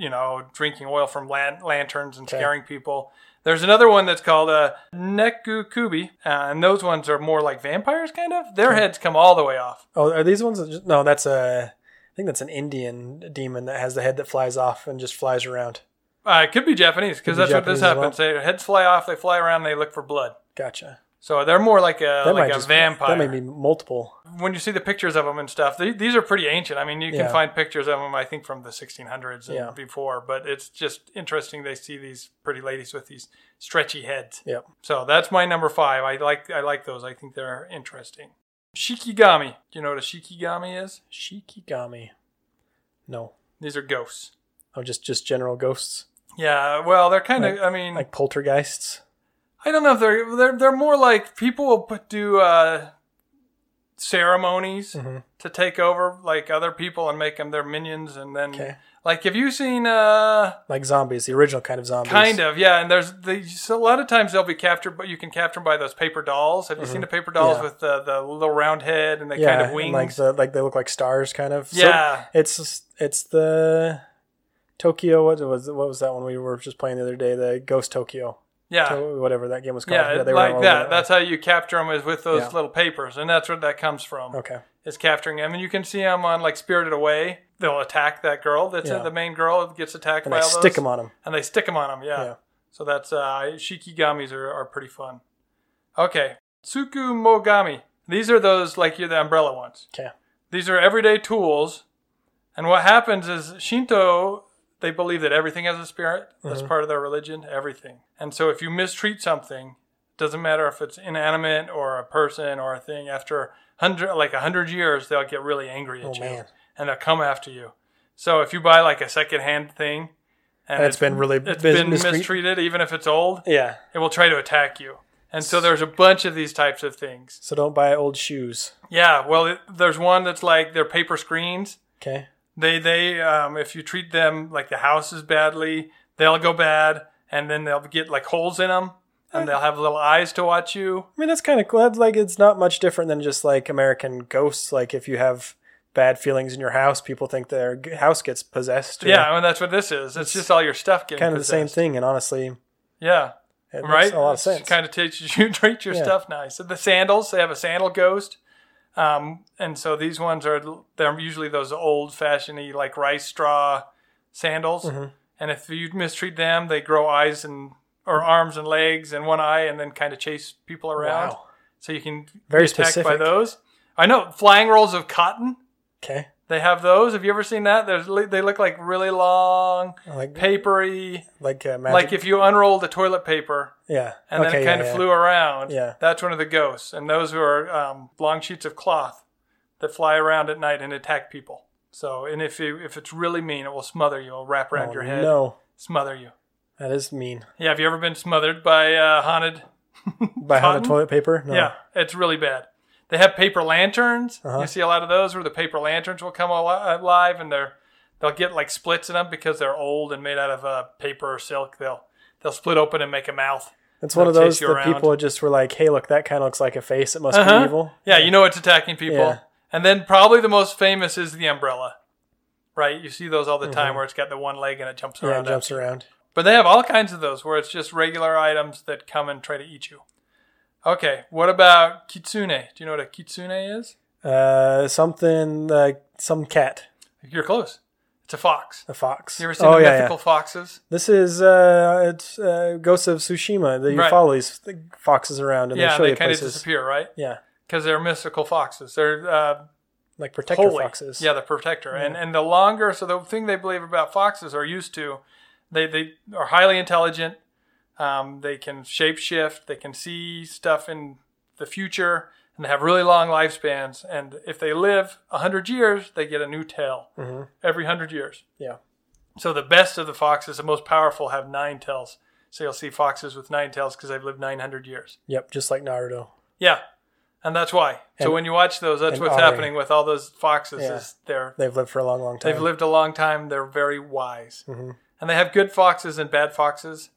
S2: you know drinking oil from lan- lanterns and scaring people. There's another one that's called a uh, Nekukubi, uh, and those ones are more like vampires, kind of. Their heads come all the way off.
S1: Oh, are these ones? That just, no, that's a. I think that's an Indian demon that has the head that flies off and just flies around.
S2: Uh, it could be Japanese because
S1: Could
S2: that's
S1: be
S2: what this
S1: Japanese as well.
S2: happens. Their heads fly off, they fly around, they look for blood.
S1: Gotcha.
S2: So they're more like a like a vampire.
S1: That may be multiple.
S2: when you see the pictures of them and stuff, they, these are pretty ancient. I mean, you can
S1: Yeah.
S2: find pictures of them, I think, from the 1600s and
S1: Yeah.
S2: before. But it's just interesting. They see these pretty ladies with these stretchy heads.
S1: Yep.
S2: So that's my number five. I like I like those. I think they're interesting. Shikigami. Do you know what a shikigami is?
S1: Shikigami. No.
S2: These are ghosts.
S1: Oh, just just general ghosts,
S2: Yeah. Well, they're kind of.
S1: Like-
S2: I mean,
S1: like poltergeists.
S2: I don't know if they're they're they're more like people will put do uh, ceremonies
S1: Mm-hmm.
S2: to take over like other people and make them their minions, and then
S1: Okay.
S2: like have you seen uh
S1: Like zombies, the original kind of zombies.
S2: kind of yeah? And there's these a lot of times they'll be captured, but you can capture them by those paper dolls. Have you seen the paper dolls
S1: Mm-hmm. Yeah.
S2: with the the little round head and the
S1: yeah,
S2: kind of
S1: and,
S2: wings?
S1: like the like they look like stars, kind of. So
S2: Yeah.
S1: it's it's the Tokyo. What was what was that one we were just playing the other day? The Ghost Tokyo,
S2: yeah.
S1: To- whatever that game was called.
S2: yeah,
S1: they were
S2: like
S1: all
S2: that.
S1: over
S2: That's how you capture them is with those
S1: Yeah.
S2: little papers, and that's where that comes from.
S1: okay.
S2: Is capturing them, and you can see them on like Spirited Away. They'll attack that girl. That's
S1: Yeah.
S2: the main girl that gets attacked
S1: And
S2: by
S1: they
S2: all those.
S1: stick them on them.
S2: and they stick them on them. Yeah.
S1: Yeah.
S2: So that's uh, shikigamis are, are pretty fun. Okay, tsukumogami. These are those like you're the umbrella ones.
S1: Okay.
S2: These are everyday tools, and what happens is Shinto they believe that everything has a spirit. That's
S1: Mm-hmm.
S2: part of their religion. Everything. And so if you mistreat something, doesn't matter if it's inanimate or a person or a thing. After hundred like a hundred years, they'll get really angry at
S1: Oh,
S2: you
S1: man.
S2: and they'll come after you. So if you buy like a secondhand thing, and
S1: And it's been really
S2: it's
S1: mis-
S2: been
S1: mistreat-
S2: mistreated, even if it's old,
S1: Yeah.
S2: it will try to attack you. And so there's a bunch of these types of things.
S1: So don't buy old shoes.
S2: Yeah, well, it, there's one that's like they're paper screens.
S1: Okay.
S2: They they um, if you treat them like the houses badly, they'll go bad, and then they'll get like holes in them, and they'll have little eyes to watch you.
S1: I mean, that's kind of cool. That's like it's not much different than just like American ghosts. Like if you have bad feelings in your house, people think their g- house gets possessed. or
S2: Yeah, I mean that's what this is. It's, just all your stuff getting
S1: Kind of the same
S2: possessed.
S1: thing. And honestly,
S2: Yeah,
S1: it
S2: right.
S1: makes a lot of sense.
S2: Kind of teaches you treat your
S1: Yeah.
S2: stuff nice. And the sandals, they have a sandal ghost, um, and so these ones are they're usually those old fashioned like rice straw sandals.
S1: Mm-hmm.
S2: And if you mistreat them, they grow eyes and or arms and legs and one eye, and then kind of chase people around.
S1: Wow.
S2: So you can be
S1: Very
S2: attacked by
S1: specific.
S2: those. I know flying rolls of cotton.
S1: Okay.
S2: They have those. Have you ever seen that? There's, li- they look like really long,
S1: Like
S2: papery.
S1: like uh, magic.
S2: Like if you unroll the toilet paper,
S1: yeah.
S2: and then it kind of flew around.
S1: Yeah.
S2: That's one of the ghosts. And those are um, long sheets of cloth that fly around at night and attack people. So, and if you, if it's really mean, it will smother you. It'll wrap around
S1: Oh,
S2: your head,
S1: No,
S2: smother you.
S1: that is mean.
S2: Yeah, have you ever been smothered by uh, haunted?
S1: By how the
S2: Cotton?
S1: toilet paper? No.
S2: Yeah, it's really bad. They have paper lanterns.
S1: Uh-huh.
S2: You see a lot of those where the paper lanterns will come al- alive, and they're they'll get like splits in them because they're old and made out of uh, paper or silk. They'll they'll split open and make a mouth.
S1: It's one of
S2: They'll
S1: those
S2: chase you
S1: that
S2: around.
S1: people just were like, "Hey, look, that kind of looks like a face. It must
S2: Uh-huh.
S1: be evil."
S2: Yeah, you know it's attacking people.
S1: Yeah.
S2: And then probably the most famous is the umbrella, right? You see those all the time where it's got the one leg and it jumps
S1: Mm-hmm. Yeah,
S2: around.
S1: it jumps around.
S2: But they have all kinds of those where it's just regular items that come and try to eat you. Okay, what about kitsune? Do you know what a kitsune is?
S1: Uh, something like some cat,
S2: You're close. It's a fox.
S1: a fox. Oh,
S2: You ever seen the mythical foxes?
S1: This is uh, it's uh, Ghost of Tsushima. That you
S2: Right.
S1: follow these th- foxes around and
S2: yeah,
S1: they show
S2: they
S1: you
S2: kind of
S1: places.
S2: disappear, right?
S1: Yeah,
S2: Because they're mystical foxes. They're uh,
S1: like protector
S2: Holy.
S1: foxes.
S2: Yeah, the protector. And and the longer, so the thing they believe about foxes are used to, they they are highly intelligent. Um, they can shape shift. They can see stuff in the future, and they have really long lifespans. And if they live hundred years, they get a new tail
S1: Mm-hmm.
S2: every hundred years.
S1: yeah.
S2: So the best of the foxes, the most powerful, have nine tails. So you'll see foxes with nine tails because they've lived nine hundred years.
S1: Yep, just like Naruto.
S2: Yeah. And that's why. so
S1: And-
S2: when you watch those, that's
S1: and
S2: what's
S1: Ari.
S2: happening with all those foxes.
S1: Yeah.
S2: Is they're
S1: They've lived for a long, long time. Mm-hmm.
S2: They've lived a long time. They're very wise. And they have good foxes and bad foxes.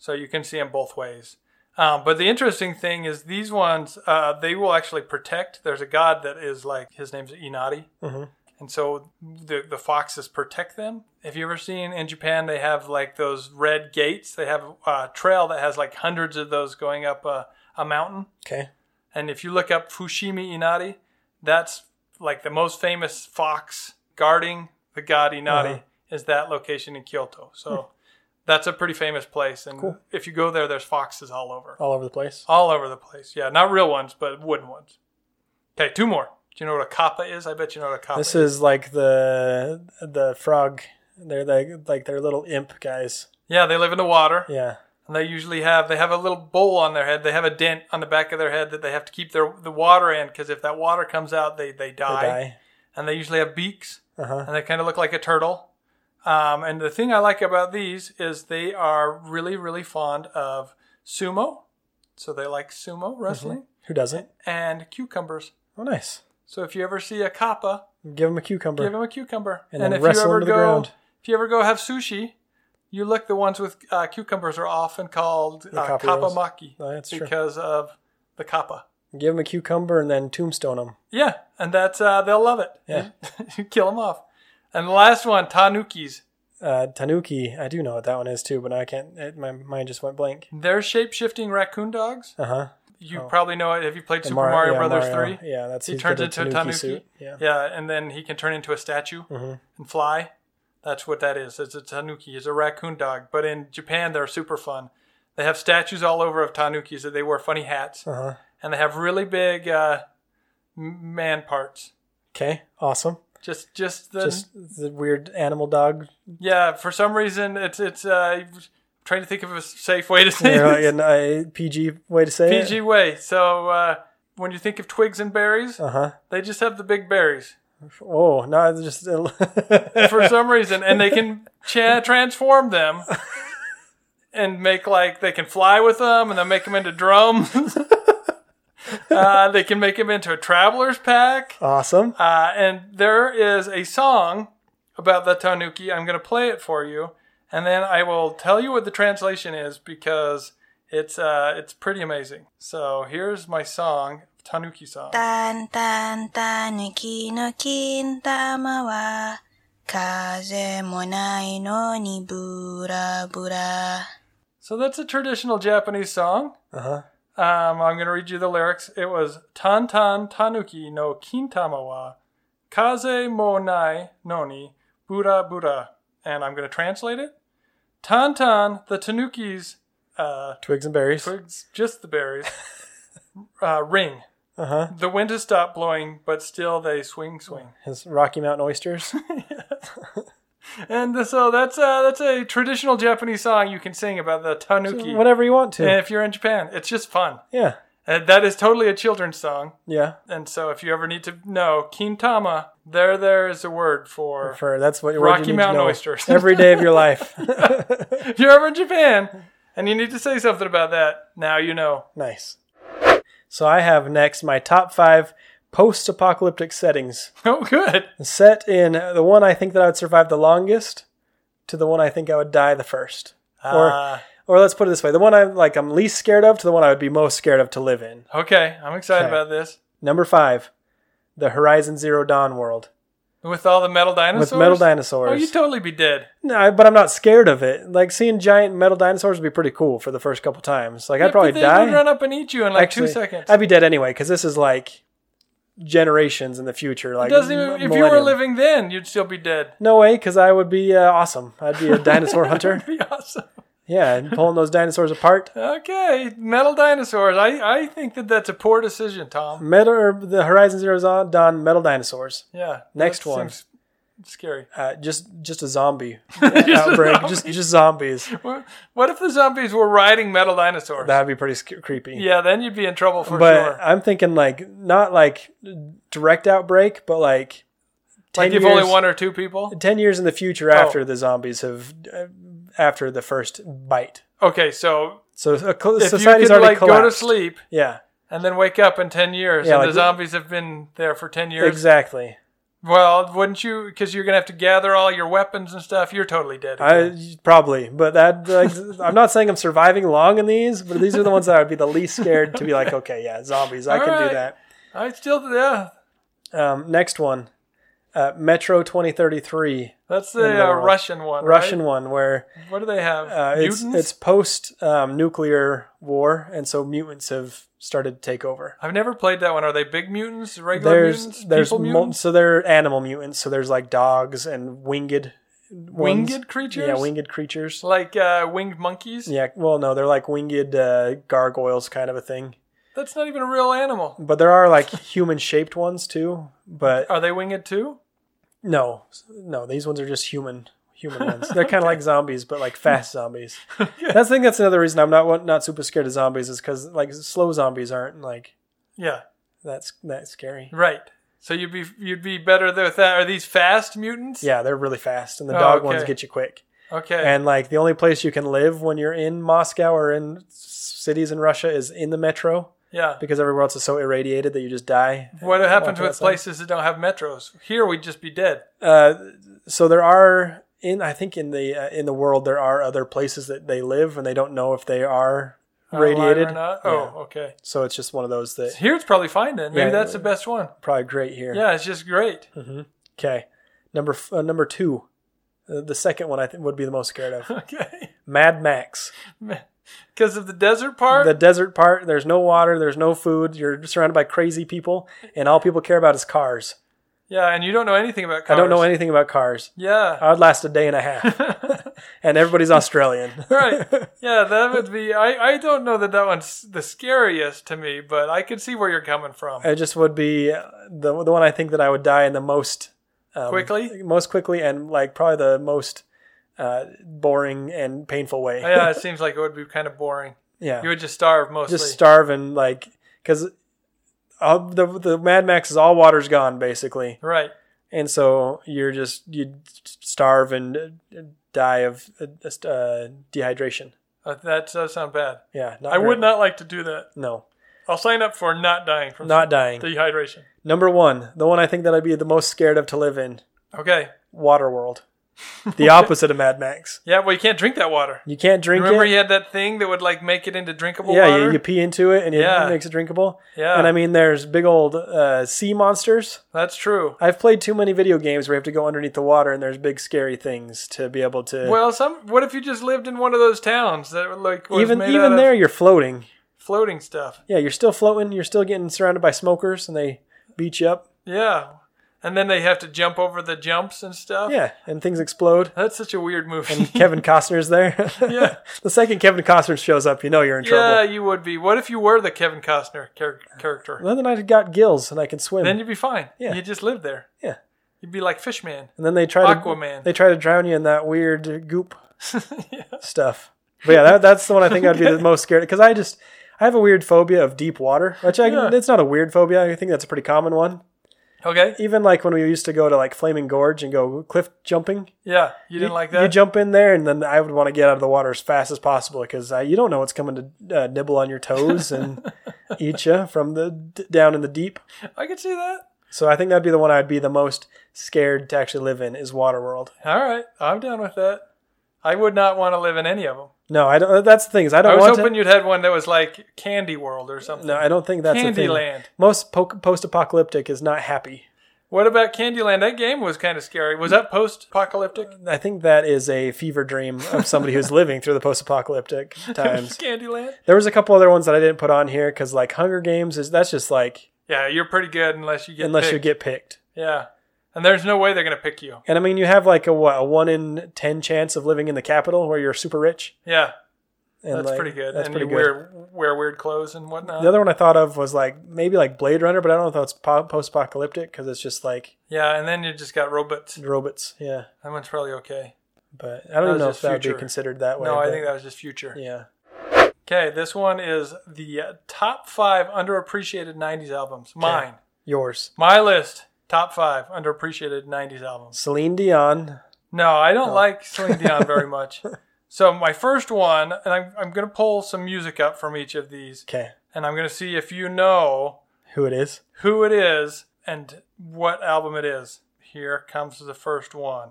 S2: So you can see them both ways. Um, but the interesting thing is these ones, uh, they will actually protect. There's a god that is like, his name's Inari.
S1: Mm-hmm.
S2: And so the, the foxes protect them. Have you ever seen in Japan, they have like those red gates? They have a trail that has like hundreds of those going up a, a mountain.
S1: okay.
S2: And if you look up Fushimi Inari, that's like the most famous fox guarding the god Inari
S1: Uh-huh.
S2: is that location in Kyoto. So that's a pretty famous place. And if you go there, there's foxes all over,
S1: All over the place.
S2: all over the place. Yeah, not real ones, but wooden ones. Okay, two more. Do you know what a kappa is? I bet you know what a kappa
S1: This
S2: is.
S1: is like the the frog. They're the, like they're little imp guys.
S2: Yeah, they live in the water.
S1: Yeah.
S2: and they usually have they have a little bowl on their head. They have a dent on the back of their head that they have to keep their the water in because if that water comes out, they they
S1: They
S2: die.
S1: die.
S2: And they usually have beaks.
S1: Uh huh.
S2: and they kind of look like a turtle. Um, and the thing I like about these is they are really, really fond of
S1: Mm-hmm.
S2: sumo. So they like sumo wrestling
S1: Who doesn't?
S2: and cucumbers.
S1: Oh, nice.
S2: So if you ever see a kappa,
S1: Give him a cucumber.
S2: give him a cucumber.
S1: And then wrestle him to the
S2: go,
S1: ground.
S2: if you ever go have sushi, you look. The ones with uh, cucumbers are often called
S1: The
S2: uh,
S1: kappa
S2: kappa
S1: rolls.
S2: maki
S1: Oh, that's true.
S2: because of the kappa.
S1: Give him a cucumber and then tombstone him.
S2: Yeah, and that's uh, they'll love it.
S1: Yeah.
S2: You kill them off. And the last one, tanukis.
S1: Uh, Tanuki, I do know what that one is too, but I can't. It, my mind just went blank.
S2: They're shape shifting raccoon dogs.
S1: Uh huh.
S2: You probably know it. Have you played Super Mario, Brothers Three?
S1: Yeah, that's
S2: He
S1: he's
S2: turns
S1: got
S2: into a tanuki.
S1: Yeah. Mm-hmm.
S2: Yeah, and then he can turn into a statue and fly. That's what that is. It's a tanuki. It's a raccoon dog. But in Japan, they're super fun. They have statues all over of tanukis that they wear funny hats,
S1: Uh huh.
S2: and they have really big uh, m- man parts.
S1: Okay. Awesome.
S2: Just, just the
S1: Just the weird animal dog.
S2: Yeah, for some reason it's it's uh I'm trying to think of a safe way to say
S1: you know, like
S2: this.
S1: an uh, PG way to say
S2: PG
S1: it.
S2: way. So uh when you think of twigs and berries,
S1: Uh huh.
S2: they just have the big berries
S1: Oh no, it's just
S2: for some reason, and they can cha- transform them and make like they can fly with them, and then make them into drums. uh, they can make them into a traveler's pack.
S1: awesome.
S2: Uh, and there is a song about the tanuki. I'm going to play it for you, and then I will tell you what the translation is because it's uh, it's pretty amazing. So here's my song, tanuki song.
S3: たんたんたぬきの金玉は、風もないのにブラブラ。
S2: So that's a traditional Japanese song.
S1: Uh huh.
S2: Um, I'm going to read you the lyrics. It was tan tan tanuki no kintama wa kaze mo nai noni bura bura, and I'm going to translate it. Tan tan the tanuki's uh,
S1: Twigs and berries.
S2: twigs, just the berries. uh, ring.
S1: Uh huh.
S2: The wind has stopped blowing, but still they swing, swing.
S1: His Rocky Mountain oysters.
S2: And so that's uh, that's a traditional Japanese song you can sing about the tanuki.
S1: Whatever you want to.
S2: And if you're in Japan, it's just fun.
S1: Yeah.
S2: And Uh, that is totally a children's song.
S1: Yeah.
S2: And so if you ever need to know kintama, there there is a word for.
S1: For that's what
S2: Rocky
S1: what you need
S2: Mountain
S1: to know.
S2: oysters.
S1: Every day of your life.
S2: If you're ever in Japan and you need to say something about that, now you know.
S1: nice. So I have next my top five post-apocalyptic settings.
S2: Oh, good.
S1: Set in the one I think that I would survive the longest, to the one I think I would die the first.
S2: Ah,
S1: Or, or let's put it this way: the one I'm like I'm least scared of, to the one I would be most scared of to live in.
S2: okay, I'm excited
S1: Okay.
S2: about this.
S1: Number five, the Horizon Zero Dawn world
S2: With all the metal dinosaurs.
S1: with metal
S2: Oh,
S1: dinosaurs.
S2: you'd totally be dead.
S1: No, I- but I'm not scared of it. Like seeing giant metal dinosaurs would be pretty cool for the first couple times. Like I'd
S2: Yeah,
S1: probably
S2: but they
S1: die.
S2: would run up and eat you in like
S1: Actually,
S2: two seconds.
S1: I'd be dead anyway because this is like generations in the future. Like
S2: Doesn't even,
S1: m-
S2: if you were
S1: millennium.
S2: living then, you'd still be dead.
S1: No way, because I would be uh, awesome. I'd be a dinosaur hunter.
S2: That'd be awesome.
S1: Yeah, and pulling those dinosaurs apart.
S2: Okay, metal dinosaurs. I, I think that that's a poor decision, Tom.
S1: Metal, or the Horizon Zero Zon- Dawn metal dinosaurs.
S2: Yeah.
S1: Next
S2: that
S1: one.
S2: seems Scary.
S1: Uh, just, just a zombie outbreak. Just, just zombies.
S2: What what if the zombies were riding metal dinosaurs?
S1: That'd be pretty sc- creepy.
S2: yeah, then you'd be in trouble for
S1: but uh,
S2: sure.
S1: I'm thinking like not like direct outbreak, but like ten
S2: Like if
S1: years,
S2: only Oh. one or two people.
S1: ten years in the future after the zombies have uh, after the first bite.
S2: Okay, so
S1: So a cl-
S2: if
S1: society's
S2: you could
S1: already
S2: like
S1: collapsed.
S2: go to sleep
S1: Yeah,
S2: and then wake up in ten years,
S1: Yeah,
S2: and
S1: like-
S2: the zombies have been there for ten years,
S1: exactly.
S2: Well, wouldn't you? Because you're gonna have to gather all your weapons and stuff. You're totally dead. again.
S1: I probably, but that like, I'm not saying I'm surviving long in these, but these are the ones that I would be the least scared to be like, okay, yeah, zombies, I
S2: All
S1: can do
S2: right.
S1: that.
S2: I still, yeah.
S1: Um, next one, uh, Metro 2033,
S2: That's
S1: In
S2: the
S1: the
S2: uh,
S1: world.
S2: Russian one. right?
S1: Russian one, where
S2: What do they have?
S1: Uh, it's
S2: Mutants.
S1: it's post um, nuclear war, and so mutants have started to take over.
S2: I've never played that one. Are they big mutants? Regular
S1: There's
S2: mutants?
S1: there's
S2: people
S1: mul-
S2: mutants?
S1: so they're animal mutants. So there's like dogs and winged ones.
S2: Winged creatures?
S1: Yeah, winged creatures.
S2: Like uh, winged monkeys?
S1: Yeah, well, no, they're like winged uh, gargoyles, kind of a thing.
S2: That's not even a real animal.
S1: But there are like human shaped ones too. But
S2: Are they winged too?
S1: no, no, these ones are just human human ones. They're kind of like zombies, but like fast zombies. That's I think that's another reason I'm not not super scared of zombies is because like slow zombies aren't like
S2: Yeah.
S1: that's that's scary.
S2: Right. So you'd be you'd be better with that. Are these fast mutants?
S1: Yeah, they're really fast, and the
S2: Oh,
S1: dog
S2: okay.
S1: ones get you quick.
S2: Okay.
S1: And like the only place you can live when you're in Moscow or in s- cities in Russia is in the metro.
S2: Yeah.
S1: because everywhere else is so irradiated that you just die.
S2: What happens
S1: Walking
S2: with
S1: outside.
S2: places that don't have metros? Here we'd just be dead.
S1: Uh, so there are in I think in the uh, in the world there are other places that they live and they don't know if they are
S2: Alive
S1: radiated.
S2: Or not.
S1: Yeah.
S2: Oh, okay.
S1: So it's just one of those that
S2: Here it's probably fine then. Maybe
S1: Yeah,
S2: that's
S1: yeah.
S2: the best one.
S1: probably great here. Mm-hmm.
S2: Yeah, it's just great.
S1: Okay. Number f- uh, number two, uh, the second one I think would be the most scared of.
S2: Okay.
S1: Mad Max.
S2: Because of the desert part?
S1: The desert part. There's no water. There's no food. You're surrounded by crazy people, and all people care about is cars.
S2: yeah, and you don't know anything about cars.
S1: I don't know anything about cars.
S2: Yeah.
S1: I'd last a day and a half, and everybody's Australian.
S2: right. Yeah, that would be. I, I don't know that that one's the scariest to me, but I could see where you're coming from.
S1: It just would be uh, the the one I think that I would die in the most um,
S2: Quickly?
S1: most quickly, and like probably the most uh, boring and painful way.
S2: yeah, it seems like it would be kind of boring.
S1: yeah.
S2: You would just starve mostly.
S1: just starve and like because the the Mad Max is all water's gone basically,
S2: right.
S1: and so you're just you starve and uh, die of uh, just, uh, dehydration.
S2: Uh, that does sound bad.
S1: Yeah, not
S2: I would
S1: great.
S2: not like to do that.
S1: No,
S2: I'll sign up for not dying from
S1: not dying.
S2: dehydration.
S1: Number one, the one I think that I'd be the most scared of to live in,
S2: Okay.
S1: Waterworld, the opposite of Mad Max.
S2: Yeah, well, you can't drink that water.
S1: You can't drink
S2: Remember,
S1: it.
S2: you had that thing that would like make it into drinkable
S1: yeah,
S2: water.
S1: you, you pee into it and it
S2: Yeah.
S1: makes it drinkable.
S2: Yeah.
S1: And I mean, there's big old uh, sea monsters.
S2: That's true.
S1: I've played too many video games where you have to go underneath the water and there's big scary things to be able to.
S2: Well, some. What if you just lived in one of those towns that were, like was
S1: even
S2: made
S1: even
S2: out
S1: there,
S2: of
S1: you're floating.
S2: floating stuff?
S1: Yeah, you're still floating. You're still getting surrounded by smokers and they beat you up.
S2: Yeah, and then they have to jump over the jumps and stuff.
S1: Yeah, and things explode.
S2: that's such a weird movie.
S1: Kevin Costner's there.
S2: Yeah.
S1: the second Kevin Costner shows up, you know you're in
S2: yeah,
S1: trouble.
S2: you would be. What if you were the Kevin Costner char- character?
S1: Well, then I got gills and I can swim.
S2: Then you'd be fine.
S1: Yeah.
S2: you just live there.
S1: yeah.
S2: You'd be like Fishman.
S1: And then they try to
S2: Aquaman.
S1: They try to drown you in that weird goop
S2: yeah.
S1: stuff. But yeah, that, that's the one I think I'd be the most scared because I just I have a weird phobia of deep water, which I,
S2: Yeah.
S1: it's not a weird phobia. I think that's a pretty common one.
S2: Okay.
S1: Even like when we used to go to like Flaming Gorge and go cliff jumping,
S2: Yeah, you didn't like that.
S1: you jump in there and then I would want to get out of the water as fast as possible because uh, you don't know what's coming to uh, nibble on your toes and eat you from the d- down in the deep.
S2: I could see that.
S1: So I think that'd be the one I'd be the most scared to actually live in is Waterworld.
S2: All right, I'm down with that. I would not want to live in any of them.
S1: No, I don't. That's the thing is I
S2: I,
S1: don't
S2: was
S1: want to.
S2: hoping you'd had one that was like Candy World or something.
S1: No, I don't think that's a thing.
S2: Candyland.
S1: Most po- post-apocalyptic is not happy.
S2: What about Candyland? That game was kind of scary. Was that post-apocalyptic?
S1: I think that is a fever dream of somebody who's living through the post-apocalyptic times.
S2: Candyland.
S1: There was a couple other ones that I didn't put on here because, like, Hunger Games is that's just like
S2: Yeah, you're pretty good unless you get
S1: unless you
S2: picked.
S1: get picked.
S2: yeah, and there's no way they're gonna pick you.
S1: And I mean, you have like a what a one in ten chance of living in the capital where you're super rich.
S2: Yeah,
S1: And
S2: that's
S1: like,
S2: pretty good.
S1: That's
S2: and
S1: pretty
S2: you
S1: good.
S2: wear wear weird clothes and whatnot.
S1: The other one I thought of was like maybe like Blade Runner, but I don't know if that's po- post-apocalyptic because it's just like
S2: yeah, and then you just got robots.
S1: robots. Yeah,
S2: That one's probably okay.
S1: but I don't
S2: was
S1: even know
S2: just
S1: if that would be
S2: future.
S1: considered that way.
S2: No, I
S1: but-
S2: think that was just future.
S1: yeah.
S2: Okay, this one is the uh, top five underappreciated '90s albums. Mine,
S1: Yours,
S2: my list, top five underappreciated '90s albums.
S1: Celine Dion.
S2: No, I
S1: Oh.
S2: don't like Celine Dion very much. So my first one, and I'm, I'm going to pull some music up from each of these,
S1: Okay,
S2: and I'm going to see if you know
S1: who it is?
S2: who it is and what album it is. Here comes the first one.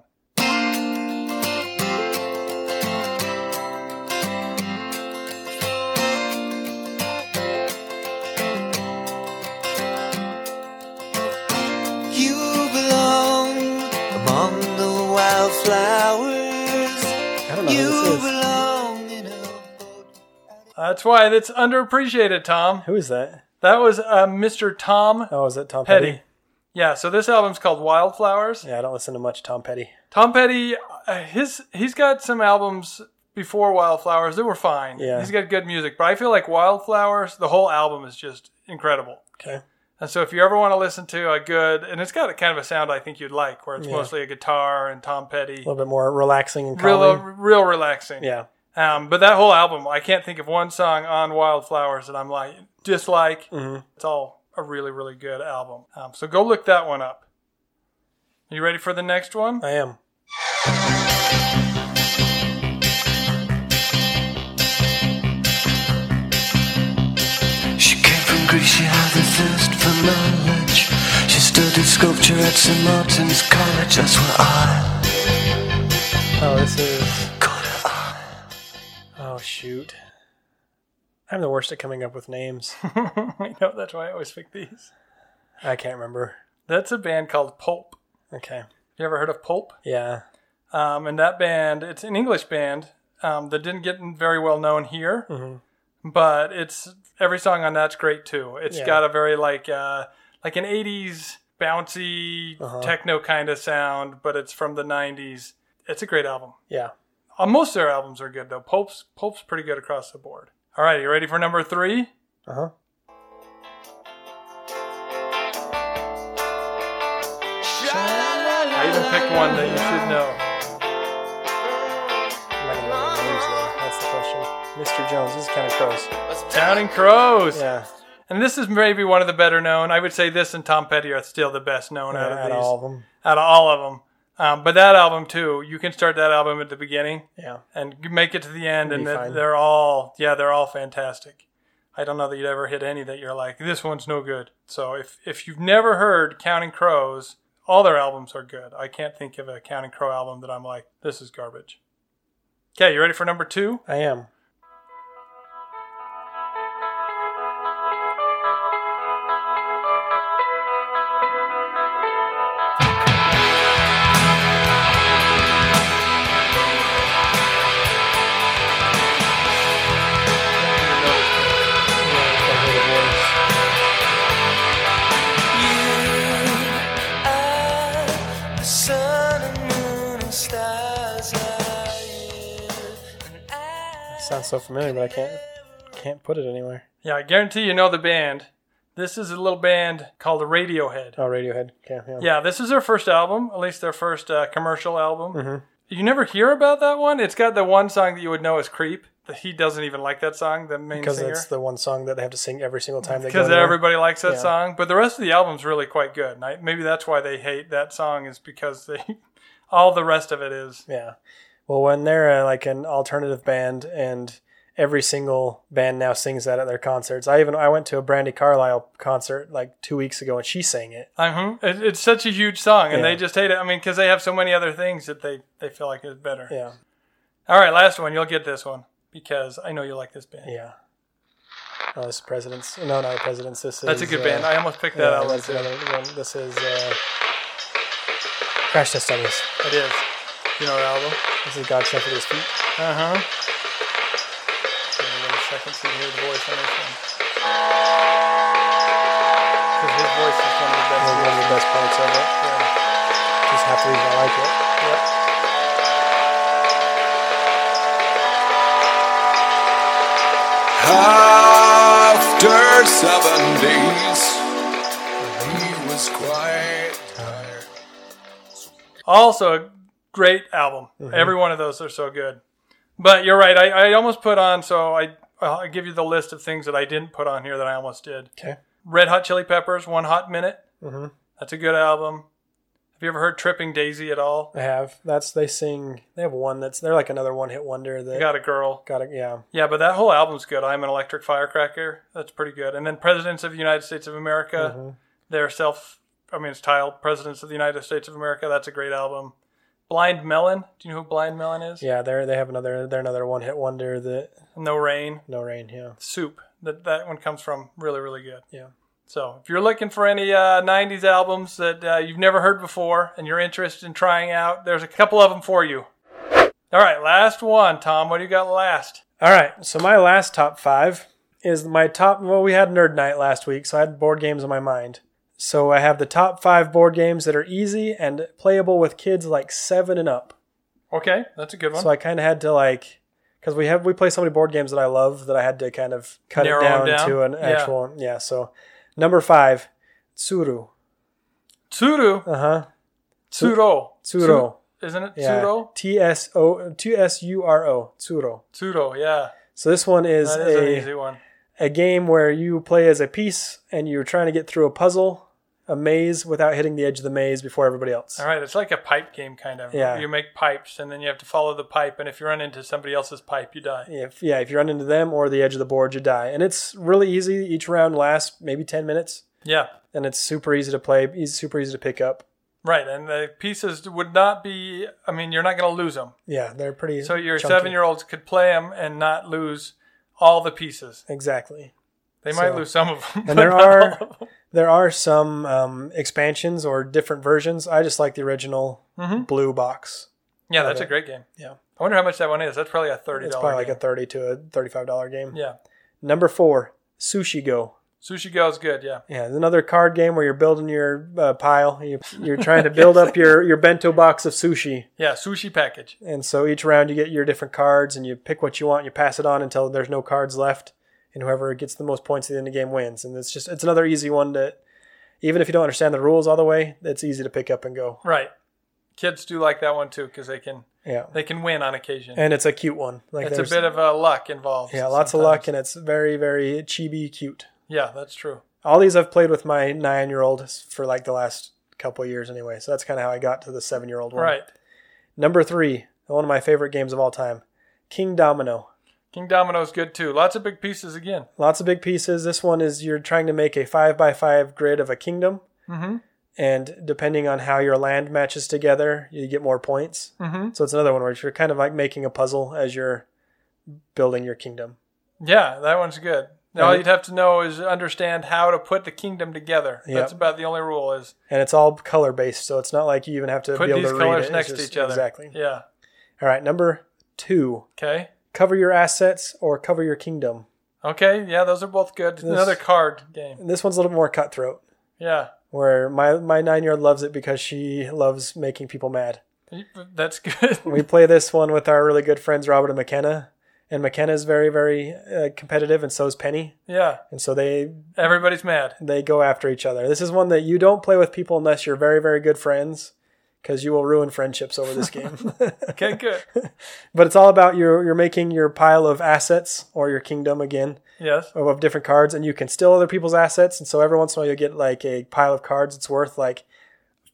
S4: You belong among the wildflowers.
S1: I don't know
S4: You
S1: who this is.
S4: belong in a boat.
S2: That's why that's underappreciated, Tom.
S1: Who is that?
S2: That was uh, Mr. Tom
S1: Oh, is that Tom Petty?
S2: Petty. Yeah, so this album's called Wildflowers.
S1: Yeah, I don't listen to much Tom Petty.
S2: Tom Petty, uh, his he's got some albums before Wildflowers that were fine.
S1: Yeah.
S2: he's got good music, but I feel like Wildflowers, the whole album is just incredible.
S1: Okay.
S2: And so, if you ever want to listen to a good, and it's got a kind of a sound I think you'd like, where it's
S1: Yeah.
S2: mostly a guitar and Tom Petty,
S1: A little bit more relaxing and
S2: real
S1: calming.
S2: real relaxing.
S1: yeah.
S2: Um, but that whole album, I can't think of one song on Wildflowers that I'm like dislike. It's all a really really good album. Um, so go look that one up. You ready for the next one?
S1: I am.
S4: She came from She had a thirst for knowledge. She studied sculpture at St. Martin's College. That's where I
S1: Oh, this is.
S4: caught her eye.
S1: Oh, shoot. I'm the worst at coming up with names.
S2: I know that's why I always pick these.
S1: I can't remember.
S2: That's a band called Pulp.
S1: Okay.
S2: You ever heard of Pulp?
S1: Yeah.
S2: Um, and that band, it's an English band um, that didn't get very well known here, but it's every song on that's great too. It's
S1: Mm-hmm. Yeah.
S2: got a very like uh, like an '80s bouncy
S1: Uh-huh.
S2: techno kind of sound, but it's from the '90s. It's a great album.
S1: Yeah.
S2: Uh, most of their albums are good though. Pulp's Pulp's pretty good across the board. All right, you ready for number three?
S1: Uh huh.
S2: I even picked one that you should know.
S1: I'm not gonna remember the names though. That's the question. Mr. Jones. This is kind of close.
S2: Down and Crows.
S1: Yeah.
S2: And this is maybe one of the better known. I would say this and Tom Petty are still the best known out of
S1: Out
S2: these.
S1: of all of them.
S2: out of all of them. Um, but that album too, you can start that album at the beginning
S1: Yeah.
S2: and make it to the end,
S1: It'll
S2: and
S1: be
S2: that-
S1: fine.
S2: they're all yeah, they're all fantastic. I don't know that you'd ever hit any that you're like this one's no good. So if if you've never heard Counting Crows, all their albums are good. I can't think of a Counting Crow album that I'm like this is garbage. Okay, you ready for number two?
S1: I am. Sounds so familiar, but I can't can't put it anywhere.
S2: Yeah, I guarantee you know the band. This is a little band called Radiohead.
S1: Oh, Radiohead. Okay, yeah.
S2: Yeah, this is their first album, at least their first uh, commercial album.
S1: Mhm.
S2: You never hear about that one. It's got the one song that you would know is "Creep." That he doesn't even like that song, the main
S1: Because
S2: singer,
S1: that's the one song that they have to sing every single time they go
S2: because
S1: there.
S2: everybody likes that
S1: Yeah.
S2: song. But the rest of the album's really quite good. And I, maybe that's why they hate that song is because they all the rest of it is.
S1: Yeah. Well, when they're uh, like an alternative band and every single band now sings that at their concerts. I even I went to a Brandy Carlisle concert like 2 weeks ago and she sang it.
S2: Uh-huh. It, it's such a huge song, and
S1: Mm-hmm. Yeah.
S2: they just hate it. I mean, because they have so many other things that they they feel like is better.
S1: Yeah.
S2: All right, last one. You'll get this one because I know you like this band.
S1: Yeah. Oh, this is Presidents. No, not Presidents. This
S2: That's a
S1: is,
S2: good
S1: uh,
S2: band. I almost picked that
S1: yeah,
S2: album.
S1: that's
S2: too.
S1: another one. This is uh, Crash Test Dummies.
S2: It is. You know that album.
S1: This is God Shuffled His Feet.
S2: Uh huh. Give me a second so you can hear the voice on this one. 'Cause his voice is one of the
S1: One
S2: best.
S1: of the best parts of it.
S2: Yeah.
S1: Just half the reason I like it.
S2: Yep.
S5: After seven days, he was quite tired.
S2: Also, a great album. Every one of those are so good. But you're right. I, I almost put on, so I, I'll give you the list of things that I didn't put on here that I almost did.
S1: Okay.
S2: Red Hot Chili Peppers, One Hot Minute.
S1: Mhm.
S2: That's a good album. Have you ever heard Tripping Daisy at all?
S1: I have. That's they sing. They have one that's they're like another one hit wonder that
S2: I got a girl.
S1: got it. Yeah.
S2: Yeah, but that whole album's good. I'm an Electric Firecracker. That's pretty good. And then Presidents of the United States of America,
S1: Mm-hmm.
S2: their self, I mean, it's titled Presidents of the United States of America. That's a great album. Blind Melon. Do you know who Blind Melon is?
S1: Yeah, they're they have another they're another one hit wonder that
S2: No Rain.
S1: no rain, yeah.
S2: Soup. That that one comes from. Really, really good.
S1: Yeah.
S2: So if you're looking for any uh, 90s albums that uh, you've never heard before and you're interested in trying out, there's a couple of them for you. All right, last one, Tom. What do you got last?
S1: All right. So my last top five is my top well, we had Nerd Night last week, so I had board games in my mind. So I have the top five board games that are easy and playable with kids like seven and up.
S2: Okay, that's a good one.
S1: So I kinda had to like because we have we play so many board games that I love that I had to kind of cut
S2: Narrow
S1: it
S2: 'em
S1: down,
S2: down?
S1: to an
S2: Yeah.
S1: actual yeah, so number five, Tsuru.
S2: Tsuru.
S1: Uh-huh.
S2: Tsuro.
S1: Tsuro.
S2: Isn't it
S1: Yeah.
S2: Tsuro?
S1: T S O T S U R O. Tsuro.
S2: Tsuro, yeah.
S1: So this one is,
S2: That is an
S1: a
S2: easy one.
S1: a game where you play as a piece and you're trying to get through a puzzle a maze without hitting the edge of the maze before everybody else.
S2: All right, it's like a pipe game kind of.
S1: Yeah.
S2: You make pipes and then you have to follow the pipe, and if you run into somebody else's pipe, you die.
S1: If yeah, if you run into them or the edge of the board, you die. And it's really easy. Each round lasts maybe ten minutes,
S2: Yeah.
S1: and it's super easy to play. Easy, super easy to pick up.
S2: Right, and the pieces would not be. I mean, you're not going to lose them.
S1: Yeah, they're pretty.
S2: So your
S1: chunky.
S2: seven-year-olds could play them and not lose all the pieces.
S1: exactly.
S2: They might
S1: So-
S2: lose some of them.
S1: And there are there are some um, expansions or different versions. I just like the original blue box.
S2: Mm-hmm. yeah, that's a great game.
S1: Yeah,
S2: I wonder how much that one is. That's probably a thirty.
S1: it's probably like a thirty to a thirty-five dollar game.
S2: yeah.
S1: Number four, Sushi Go.
S2: Sushi Go is good. Yeah,
S1: Yeah, it's another card game where you're building your uh, pile. You, you're trying to build up your, your bento box of sushi.
S2: yeah. Sushi package.
S1: And so each round you get your different cards and you pick what you want, you pass it on until there's no cards left, and whoever gets the most points at the end of the game wins. And it's just it's another easy one to even if you don't understand the rules all the way, it's easy to pick up and go.
S2: Right. Kids do like that one too because they can
S1: Yeah.
S2: they can win on occasion.
S1: And it's a cute one. Like
S2: it's a
S1: there's
S2: bit of uh, luck involved.
S1: yeah, lots of
S2: sometimes.
S1: luck and it's very very chibi cute.
S2: Yeah, that's true.
S1: All these I've played with my 9-year-old for like the last couple years anyway. So that's kind of how I got to the 7-year-old one.
S2: Right.
S1: Number 3, one of my favorite games of all time, King Domino.
S2: King Domino's good too. Lots of big pieces again.
S1: lots of big pieces. This one is you're trying to make a five by five grid of a kingdom,
S2: Mhm.
S1: and depending on how your land matches together, you get more points.
S2: Mhm.
S1: So it's another one where you're kind of like making a puzzle as you're building your kingdom.
S2: Yeah, that one's good. All
S1: And-
S2: you'd have to know is understand how to put the kingdom together.
S1: Yep.
S2: That's about the only rule is
S1: And it's all color based, so it's not like you even have to
S2: put
S1: be able
S2: these
S1: to read it.
S2: colors
S1: It's
S2: next to
S1: just-
S2: each other.
S1: Exactly.
S2: Yeah.
S1: All right, number two:
S2: Okay.
S1: cover your assets or cover your kingdom.
S2: Okay. Yeah, those are both good. Another card game.
S1: And this one's a little more cutthroat,
S2: Yeah.
S1: where my my nine year old loves it because she loves making people mad.
S2: That's good.
S1: we play this one with our really good friends Robert and McKenna, and McKenna is very very uh, competitive, and so is Penny,
S2: yeah.
S1: and so they
S2: Everybody's mad.
S1: they go after each other. This is one that you don't play with people unless you're very very good friends, because you will ruin friendships over this game.
S2: Okay, good.
S1: but it's all about your you're making your pile of assets or your kingdom again
S2: Yes.
S1: of, of different cards, and you can steal other people's assets, and so every once in a while you'll get like a pile of cards that's worth like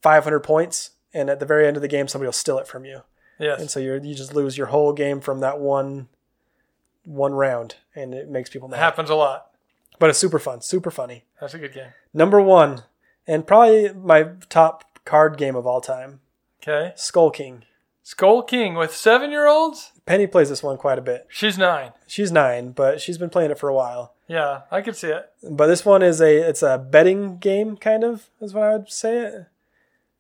S1: 500 points, and at the very end of the game somebody will steal it from you. and
S2: Yes.
S1: so you you just lose your whole game from that one one round, and it makes people
S2: It
S1: mad.
S2: happens a lot.
S1: But it's super fun, super funny.
S2: That's a good game.
S1: Number one, and probably my top card game of all time,
S2: Okay.
S1: Skull King.
S2: Skull King with seven year olds?
S1: Penny plays this one quite a bit.
S2: She's nine.
S1: She's nine, but she's been playing it for a while.
S2: Yeah, I could see it.
S1: But this one is a it's a betting game, kind of is what I would say it.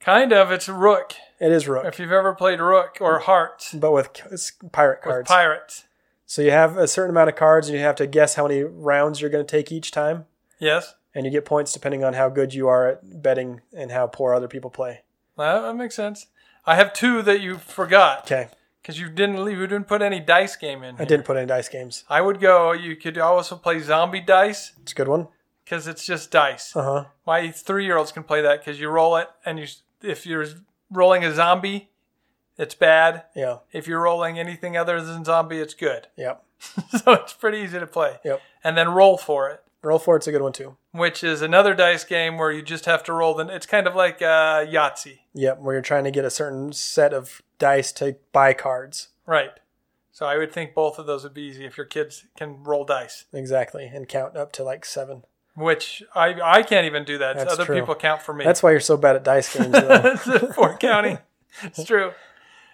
S2: Kind of. It's Rook.
S1: It is Rook,
S2: If you've ever played Rook or Heart
S1: but with c- it's pirate
S2: with
S1: cards.
S2: Pirates.
S1: so you have a certain amount of cards, and you have to guess how many rounds you're going to take each time.
S2: Yes.
S1: and you get points depending on how good you are at betting and how poor other people play.
S2: That, that makes sense. I have two that you forgot
S1: Okay,
S2: because you didn't leave. You didn't put any dice game in.
S1: I
S2: here.
S1: didn't put any dice games.
S2: I would go. You could also play zombie dice
S1: It's a good one.
S2: because it's just dice.
S1: Uh huh.
S2: My three-year-olds can play that because you roll it, and you if you're rolling a zombie, it's bad.
S1: Yeah.
S2: If you're rolling anything other than zombie, it's good.
S1: Yep.
S2: so it's pretty easy to play.
S1: Yep.
S2: And then roll for it,
S1: Roll for it's a good one too.
S2: which is another dice game where you just have to roll. Then it's kind of like uh, Yahtzee,
S1: Yep. Where you're trying to get a certain set of dice to buy cards.
S2: right? So I would think both of those would be easy if your kids can roll dice.
S1: Exactly, and count up to like seven.
S2: Which I I can't even do that.
S1: That's
S2: Other
S1: true.
S2: people count for me.
S1: That's why you're so bad at dice games, though.
S2: for counting. It's true.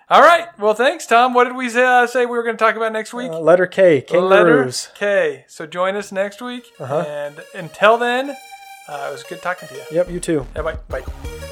S2: All right. Well, thanks, Tom. What did we say, uh, say we were going to talk about next week?
S1: Uh, letter K,
S2: Letter
S1: kangaroos.
S2: K. So join us
S1: Uh-huh.
S2: next week. And until then, uh, it was good talking to you.
S1: Yep, you too.
S2: Yeah, bye. Bye.